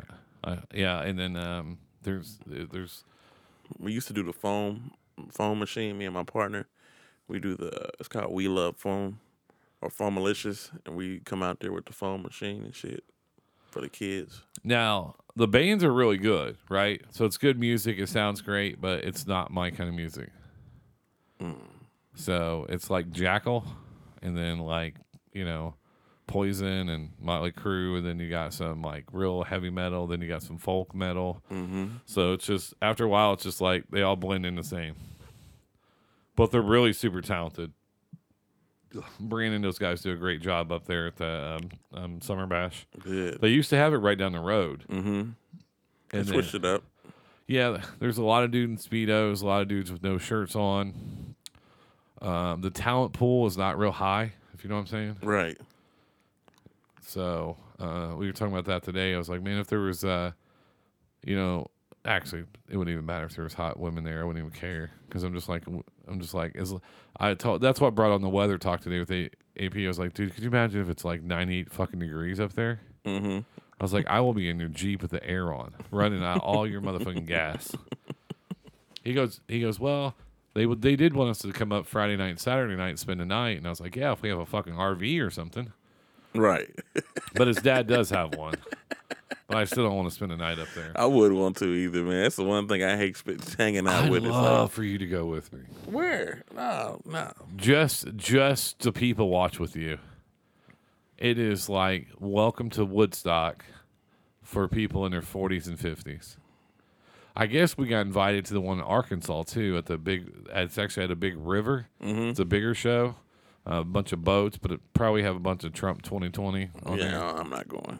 [SPEAKER 2] Uh, yeah, and then um there's there's
[SPEAKER 1] We used to do the foam foam machine, me and my partner. We do the it's called We Love Foam or Foam Malicious and we come out there with the foam machine and shit for the kids.
[SPEAKER 2] now the bands are really good, right? So it's good music, it sounds great, but it's not my kind of music. So it's like Jackal and then like, you know, Poison and Motley Crue and then you got some like real heavy metal, then you got some folk metal.
[SPEAKER 1] Mm-hmm.
[SPEAKER 2] So it's just after a while, it's just like they all blend in the same. But they're really super talented. Brandon and those guys do a great job up there at the um, um, Summer Bash.
[SPEAKER 1] Good.
[SPEAKER 2] They used to have it right down the road.
[SPEAKER 1] Mm-hmm.
[SPEAKER 2] And then-
[SPEAKER 1] switched it up.
[SPEAKER 2] yeah, [laughs] there's a lot of dudes in speedos, a lot of dudes with no shirts on. Um, the talent pool is not real high, if you know what I'm saying.
[SPEAKER 1] Right.
[SPEAKER 2] So uh, we were talking about that today. I was like, man, if there was, uh, you know, actually, it wouldn't even matter if there was hot women there. I wouldn't even care because I'm just like, I'm just like, as I told, that's what brought on the weather talk today with a- AP. I was like, dude, could you imagine if it's like 98 fucking degrees up there?
[SPEAKER 1] Mm-hmm.
[SPEAKER 2] I was like, I will be in your Jeep with the air on, running out all your motherfucking gas. He goes, he goes, well, they would, they did want us to come up Friday night, and Saturday night, and spend the night, and I was like, yeah, if we have a fucking RV or something.
[SPEAKER 1] Right.
[SPEAKER 2] But his dad does have one. But I still don't want to spend a night up there.
[SPEAKER 1] I would want to either, man. That's the one thing I hate sp- hanging out
[SPEAKER 2] I'd
[SPEAKER 1] with. It's
[SPEAKER 2] love for you to go with me.
[SPEAKER 1] like, where? No, no.
[SPEAKER 2] Just just to people watch with you. It is like welcome to Woodstock for people in their forties and fifties. I guess we got invited to the one in Arkansas too at the big. It's actually at a big river.
[SPEAKER 1] Mm-hmm.
[SPEAKER 2] It's a bigger show, a bunch of boats, but it probably have a bunch of Trump twenty twenty on
[SPEAKER 1] yeah,
[SPEAKER 2] there.
[SPEAKER 1] no, Oh, I'm not going.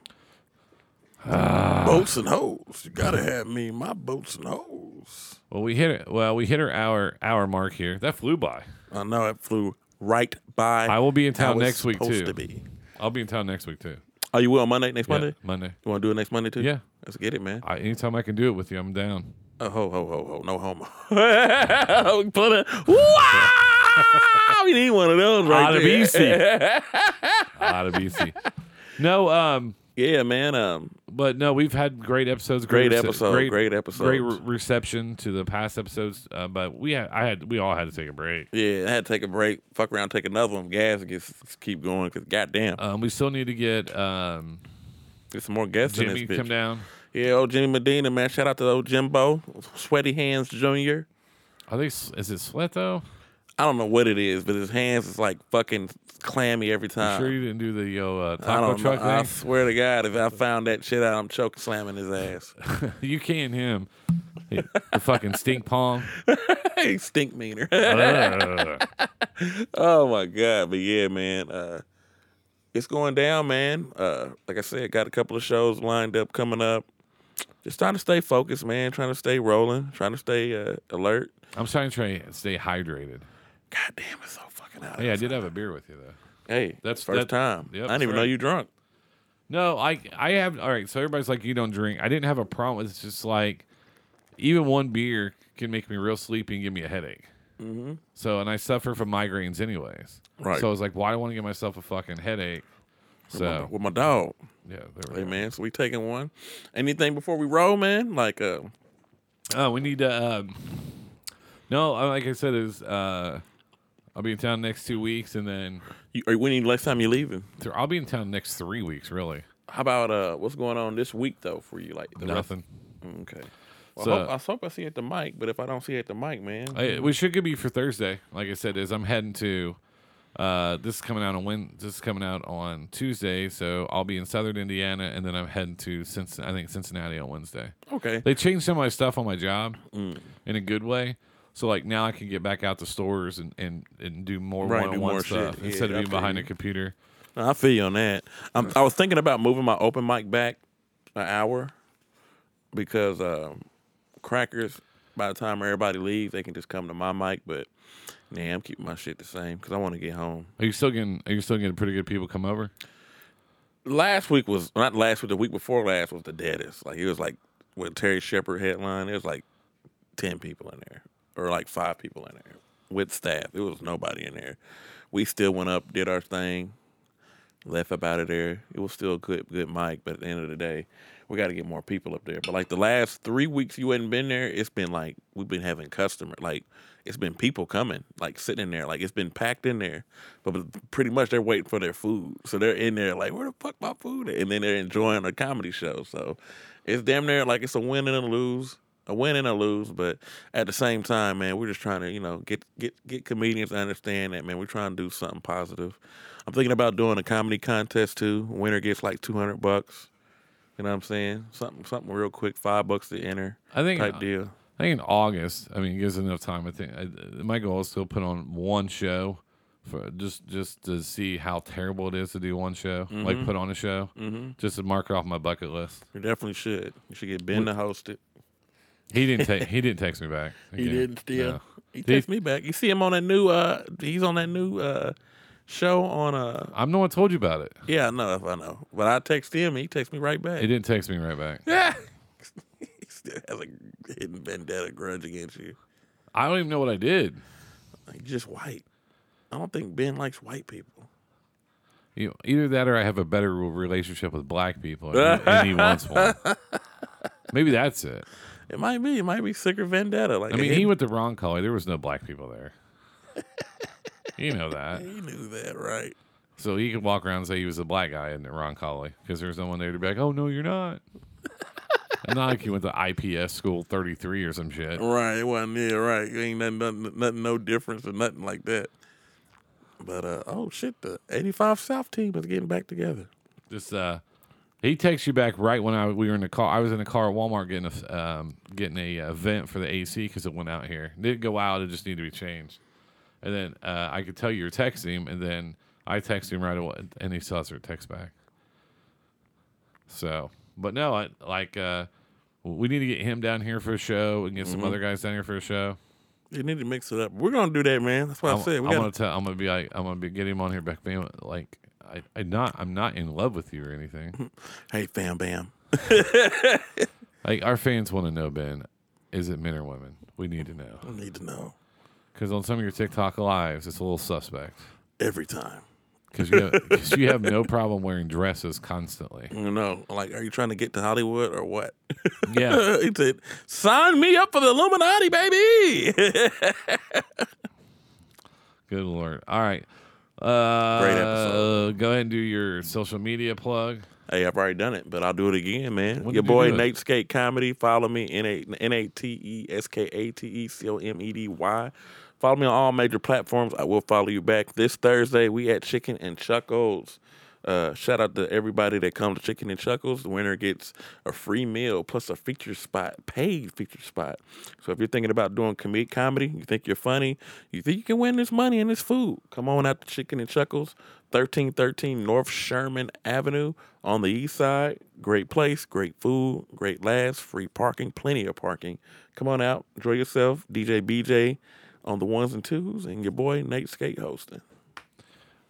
[SPEAKER 2] Ah.
[SPEAKER 1] boats and hoes. You gotta have me my boats and hoes.
[SPEAKER 2] Well, we hit it. Well, we hit our hour hour mark here. That flew by.
[SPEAKER 1] I know it flew right by.
[SPEAKER 2] I will be in
[SPEAKER 1] how
[SPEAKER 2] town
[SPEAKER 1] it's
[SPEAKER 2] next week
[SPEAKER 1] supposed
[SPEAKER 2] too.
[SPEAKER 1] To be.
[SPEAKER 2] I'll be in town next week too.
[SPEAKER 1] Oh, you will Monday next
[SPEAKER 2] Yeah,
[SPEAKER 1] Monday.
[SPEAKER 2] Monday.
[SPEAKER 1] You want to do it next Monday too?
[SPEAKER 2] Yeah.
[SPEAKER 1] let's get it, man.
[SPEAKER 2] I, anytime I can do it with you, I'm down.
[SPEAKER 1] Oh, ho, ho, ho, ho. No homo. [laughs] Put it. Wow! We need one of those right
[SPEAKER 2] Outta
[SPEAKER 1] there.
[SPEAKER 2] BC. Outta BC. No, um,
[SPEAKER 1] Yeah, man. Um,
[SPEAKER 2] but no, we've had great episodes.
[SPEAKER 1] great
[SPEAKER 2] rece-
[SPEAKER 1] episode. Great, episode.
[SPEAKER 2] Great re- reception to the past episodes, uh, but we had, I had, we all had to take a break.
[SPEAKER 1] yeah, I had to take a break. Fuck around, take another one. Gas and just, just keep going because goddamn,
[SPEAKER 2] Um, we still need to get um,
[SPEAKER 1] there's some more guests
[SPEAKER 2] Jimmy
[SPEAKER 1] in
[SPEAKER 2] to
[SPEAKER 1] this bitch.
[SPEAKER 2] come down.
[SPEAKER 1] Yeah, old Jimmy Medina, man. Shout out to old Jimbo, Sweaty Hands Junior.
[SPEAKER 2] I think s- is it sweat though?
[SPEAKER 1] I don't know what it is, but his hands is like fucking clammy every
[SPEAKER 2] You
[SPEAKER 1] time.
[SPEAKER 2] sure you didn't do the uh,
[SPEAKER 1] I
[SPEAKER 2] taco
[SPEAKER 1] don't know.
[SPEAKER 2] truck [laughs]
[SPEAKER 1] I
[SPEAKER 2] thing?
[SPEAKER 1] swear to God, if I found that shit out, I'm choking slamming his
[SPEAKER 2] [laughs]
[SPEAKER 1] ass.
[SPEAKER 2] you can him. Hey, the fucking
[SPEAKER 1] [laughs]
[SPEAKER 2] stink palm.
[SPEAKER 1] hey, stink meaner.
[SPEAKER 2] Ugh.
[SPEAKER 1] [laughs] oh my god, but yeah, man, uh, it's going down, man. Uh, like I said, got a couple of shows lined up coming up. Just trying to stay focused, man. Trying to stay rolling. Trying to stay uh, alert.
[SPEAKER 2] I'm trying to try and stay hydrated.
[SPEAKER 1] God damn, it's so fucking out.
[SPEAKER 2] Hey, I did have a beer with you though.
[SPEAKER 1] Hey,
[SPEAKER 2] That's-
[SPEAKER 1] that's first
[SPEAKER 2] that-
[SPEAKER 1] time.
[SPEAKER 2] yep,
[SPEAKER 1] I didn't even
[SPEAKER 2] that's
[SPEAKER 1] know
[SPEAKER 2] right.
[SPEAKER 1] you drunk.
[SPEAKER 2] No, I I have all right. So everybody's like, you don't drink. I didn't have a problem. It's just like even one beer can make me real sleepy and give me a headache. So and I suffer from migraines anyways.
[SPEAKER 1] Mm-hmm. Right.
[SPEAKER 2] So I was like, why do I want to give myself a fucking headache? So
[SPEAKER 1] With my dog.
[SPEAKER 2] yeah, there we
[SPEAKER 1] Hey
[SPEAKER 2] go.
[SPEAKER 1] man, so we taking one. Anything before we roll, man? Like uh
[SPEAKER 2] Oh, we need to. Um, no, uh, like I said, is uh, I'll be in town next two weeks, and then
[SPEAKER 1] you, or when you last time you leaving?
[SPEAKER 2] th- I'll be in town next three weeks. Really,
[SPEAKER 1] How about uh what's going on this week though for you? Like the rest- Mm,
[SPEAKER 2] nothing.
[SPEAKER 1] Okay. Well,
[SPEAKER 2] So-
[SPEAKER 1] I, hope, I hope I see you at the mic, but if I don't see you at the mic, man,
[SPEAKER 2] I, we should could be for Thursday. Like I said, is I'm heading to. Uh, this is coming out on when this is coming out on Tuesday, so I'll be in Southern Indiana, and then I'm heading to Cincinnati, I think Cincinnati on Wednesday.
[SPEAKER 1] okay,
[SPEAKER 2] They changed some of my stuff on my job
[SPEAKER 1] Mm.
[SPEAKER 2] in a good way, so like now I can get back out to stores and and, and do more
[SPEAKER 1] Right, do
[SPEAKER 2] one on one
[SPEAKER 1] more
[SPEAKER 2] stuff
[SPEAKER 1] shit.
[SPEAKER 2] instead
[SPEAKER 1] Yeah,
[SPEAKER 2] of
[SPEAKER 1] I
[SPEAKER 2] being
[SPEAKER 1] feel
[SPEAKER 2] behind
[SPEAKER 1] you.
[SPEAKER 2] a computer.
[SPEAKER 1] I feel you on that. I'm, I was thinking about moving my open mic back an hour because um, crackers. By the time everybody leaves, they can just come to my mic. But nah, I'm keeping my shit the same because I want to get home.
[SPEAKER 2] Are you still getting? Are you still getting pretty good people come over?
[SPEAKER 1] last week was not last week. The week before last was the deadest. Like it was like with Terry Shepard headline. It was like ten people in there, or like five people in there with staff. It was nobody in there. We still went up, did our thing, left up out of there. It was still a good, good mic. But at the end of the day, we got to get more people up there. But like the last three weeks, you hadn't been there. It's been like we've been having customer like. It's been people coming, like sitting in there, like it's been packed in there, but pretty much they're waiting for their food. So they're in there, like where the fuck my food? At? And then they're enjoying a comedy show. So it's damn near like it's a win and a lose, a win and a lose. But at the same time, man, we're just trying to you know get get get comedians to understand that man, we're trying to do something positive. I'm thinking about doing a comedy contest too. Winner gets like 200 bucks. You know what I'm saying? Something something real quick, five bucks to enter.
[SPEAKER 2] I think-
[SPEAKER 1] type deal.
[SPEAKER 2] I think in August. I mean, it gives enough time. I think I, my goal is to put on one show, for just just to see how terrible it is to do one show, like put on a show, mm-hmm. just to mark it off my bucket list.
[SPEAKER 1] You definitely should. You should get Ben to host it.
[SPEAKER 2] He didn't take. he didn't text me back.
[SPEAKER 1] [laughs] He
[SPEAKER 2] again.
[SPEAKER 1] didn't still.
[SPEAKER 2] No.
[SPEAKER 1] He texted me back. You see him on that new uh he's on that new uh show on uh
[SPEAKER 2] I'm the one who told you about it.
[SPEAKER 1] yeah, I know if I know. But I text him, he texts me right back.
[SPEAKER 2] He didn't text me right back.
[SPEAKER 1] Yeah. he still has a hidden vendetta grudge against you.
[SPEAKER 2] I don't even know what I did.
[SPEAKER 1] Like just white. I don't think Ben likes white people.
[SPEAKER 2] You either that or I have a better relationship with black people, and he, and he
[SPEAKER 1] [laughs]
[SPEAKER 2] wants one. Maybe that's it.
[SPEAKER 1] It might be, it might be sicker vendetta. Like
[SPEAKER 2] I
[SPEAKER 1] a
[SPEAKER 2] mean, he
[SPEAKER 1] hidden-
[SPEAKER 2] went to wrong college. There was no black people there. you know that.
[SPEAKER 1] he knew that, right?
[SPEAKER 2] So he could walk around and say he was a black guy in Ron Colley because there's no one there to be like, oh, no, you're not. [laughs] And not like he went to IPS school 33 or some shit.
[SPEAKER 1] Right, it wasn't yeah, right. It ain't nothing, nothing, nothing, no difference or nothing like that. But uh, oh shit, the '85 South team is getting back together.
[SPEAKER 2] Just, uh, he texts you back right when I we were in the car. I was in the car at Walmart getting a um, getting a uh, vent for the AC because it went out here. It didn't go out. It just needed to be changed. And then uh, I could tell you were texting him, and then I texted him right away, and he still hasn't text back. So, but no, I, like uh, we need to get him down here for a show and get
[SPEAKER 1] Mm-hmm.
[SPEAKER 2] some other guys down here for a show.
[SPEAKER 1] You need to mix it up. We're gonna do that, man. That's what i
[SPEAKER 2] I'm,
[SPEAKER 1] said.
[SPEAKER 2] I'm
[SPEAKER 1] We
[SPEAKER 2] gonna
[SPEAKER 1] got
[SPEAKER 2] tell. I'm gonna be like. I'm gonna be get him on here back. Man, like I, I not. I'm not in love with you or anything.
[SPEAKER 1] hey, fam, bam.
[SPEAKER 2] like our fans want to know, Ben. Is it men or women? We need to know.
[SPEAKER 1] I need to know
[SPEAKER 2] Because on some of your TikTok lives, it's a little suspect.
[SPEAKER 1] every time.
[SPEAKER 2] Because you, have- 'cause you have no problem wearing dresses constantly.
[SPEAKER 1] You know, like, are you trying to get to Hollywood or what?
[SPEAKER 2] Yeah.
[SPEAKER 1] [laughs] he said, "Sign me up for the Illuminati, baby." [laughs]
[SPEAKER 2] Good lord. All right. Uh,
[SPEAKER 1] Great episode.
[SPEAKER 2] Go ahead and do your social media plug.
[SPEAKER 1] Hey, I've already done it, but I'll do it again, man.
[SPEAKER 2] When
[SPEAKER 1] Your
[SPEAKER 2] did you
[SPEAKER 1] boy
[SPEAKER 2] do it?
[SPEAKER 1] Nate Skate Comedy. Follow me N A N A T E S K A T E C O M E D Y. Follow me on all major platforms. I will follow you back this Thursday. We at Chicken and Chuckles. Uh, shout out to everybody that comes to Chicken and Chuckles. The winner gets a free meal plus a feature spot, paid feature spot. So if you're thinking about doing com- comedy, you think you're funny, you think you can win this money and this food, come on out to Chicken and Chuckles. 1313 North Sherman Avenue on the east side. Great place, great food, great laughs, free parking, plenty of parking. Come on out, enjoy yourself. DJ BJ on the ones and twos, and your boy Nate Skate hosting.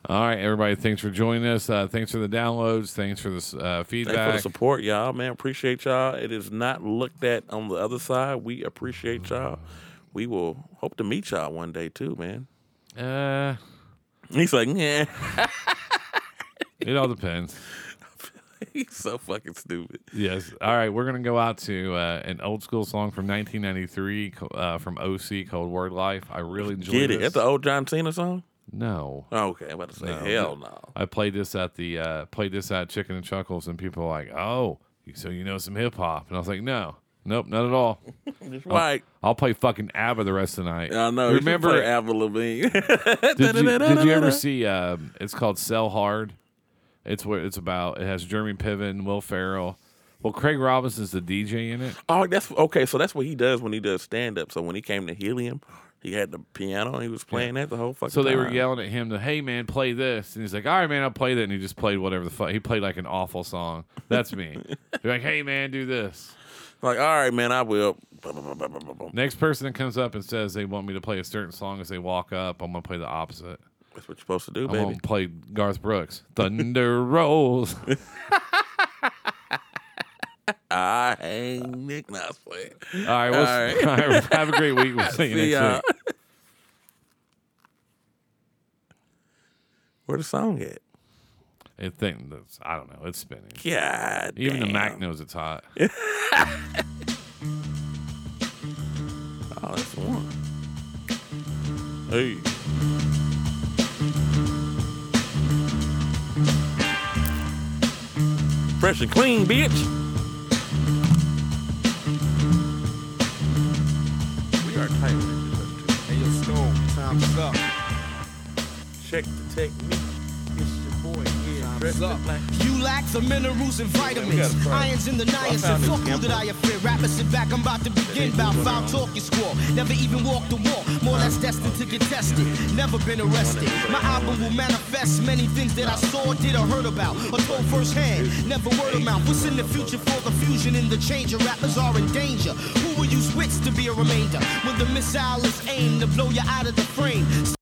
[SPEAKER 2] All right, everybody. Thanks for joining us. Uh, thanks for the downloads. Thanks for the uh, feedback.
[SPEAKER 1] Thanks for the support, y'all, man. Appreciate y'all. It is not looked at on the other side. We appreciate y'all. We will hope to meet y'all one day too, man.
[SPEAKER 2] Uh,
[SPEAKER 1] He's like, yeah.
[SPEAKER 2] it all depends.
[SPEAKER 1] [laughs] He's so fucking stupid.
[SPEAKER 2] Yes. All right. We're gonna go out to uh, an old school song from 1993 co- uh, from OC called "Word Life." I really enjoyed
[SPEAKER 1] Get it?
[SPEAKER 2] this.
[SPEAKER 1] That's the old John Cena song.
[SPEAKER 2] no,
[SPEAKER 1] Oh, okay, I'm about to say,
[SPEAKER 2] No.
[SPEAKER 1] hell no.
[SPEAKER 2] I played this at the uh, played this at Chicken and Chuckles, and people were like, "Oh, so you know some hip hop?" And I was like, "No, nope, not at all.
[SPEAKER 1] Just right.
[SPEAKER 2] I'll play fucking ABBA the rest of the night."
[SPEAKER 1] I know.
[SPEAKER 2] Remember-
[SPEAKER 1] Remember Avril [laughs] Lavigne?
[SPEAKER 2] Did you, did you ever see? Um, it's called Sell Hard. It's what it's about. It has Jeremy Piven, Will Ferrell. Well, Craig Robinson's the DJ in it.
[SPEAKER 1] Oh, that's okay. So that's what he does when he does stand up. So when he came to Helium, he had the piano and he was playing that the whole fucking.
[SPEAKER 2] So they were
[SPEAKER 1] time.
[SPEAKER 2] yelling at him to, "Hey man, play this," and he's like, "All right, man, I'll play that." And he just played whatever the fuck. He played like an awful song. That's
[SPEAKER 1] [laughs]
[SPEAKER 2] me. They're like, "Hey man, do this."
[SPEAKER 1] like, "All right, man, I will." Bum, bum, bum, bum, bum, bum, bum.
[SPEAKER 2] Next person that comes up and says they want me to play a certain song as they walk up, I'm gonna play the opposite.
[SPEAKER 1] That's what you're supposed to do,
[SPEAKER 2] I'm
[SPEAKER 1] baby.
[SPEAKER 2] gonna play Garth Brooks.
[SPEAKER 1] [laughs]
[SPEAKER 2] Thunder [laughs] rolls.
[SPEAKER 1] I hang Nick. Nah, I swear.
[SPEAKER 2] All right, we'll,
[SPEAKER 1] All
[SPEAKER 2] [laughs]
[SPEAKER 1] right.
[SPEAKER 2] all right, have a great
[SPEAKER 1] [laughs]
[SPEAKER 2] week. We'll see you
[SPEAKER 1] See
[SPEAKER 2] next
[SPEAKER 1] y'all.
[SPEAKER 2] week.
[SPEAKER 1] [laughs] Where the song at?
[SPEAKER 2] It thing that's I don't know. It's spinning.
[SPEAKER 1] God,
[SPEAKER 2] Even the
[SPEAKER 1] damn.
[SPEAKER 2] Mac knows it's hot.
[SPEAKER 1] Oh, that's the one. Hey. Fresh and clean, bitch. We are tight. with this,
[SPEAKER 3] Hey, yo, Storm, time's up.
[SPEAKER 1] too. Check the technique. It's your boy. Yeah,
[SPEAKER 3] Time's
[SPEAKER 1] dressed
[SPEAKER 3] up.
[SPEAKER 1] up like
[SPEAKER 4] You lack the minerals and
[SPEAKER 1] Yeah, we
[SPEAKER 4] vitamins.
[SPEAKER 1] gotta try.
[SPEAKER 4] Irons in the
[SPEAKER 1] Well, I
[SPEAKER 4] nions
[SPEAKER 1] found
[SPEAKER 4] and
[SPEAKER 1] this
[SPEAKER 4] fuck who
[SPEAKER 1] temple.
[SPEAKER 4] that I offend. Rappers sit back, I'm about to begin. Bout foul talk your squall. Never even walked the walk. More or less destined to get tested. Never been arrested. My album will manifest many things that I saw, did, or heard about. Or told firsthand. Never word of mouth. What's in the future for the fusion and the change of rappers are in danger? Who will use wits to be a remainder? When the missile is aimed to blow you out of the frame.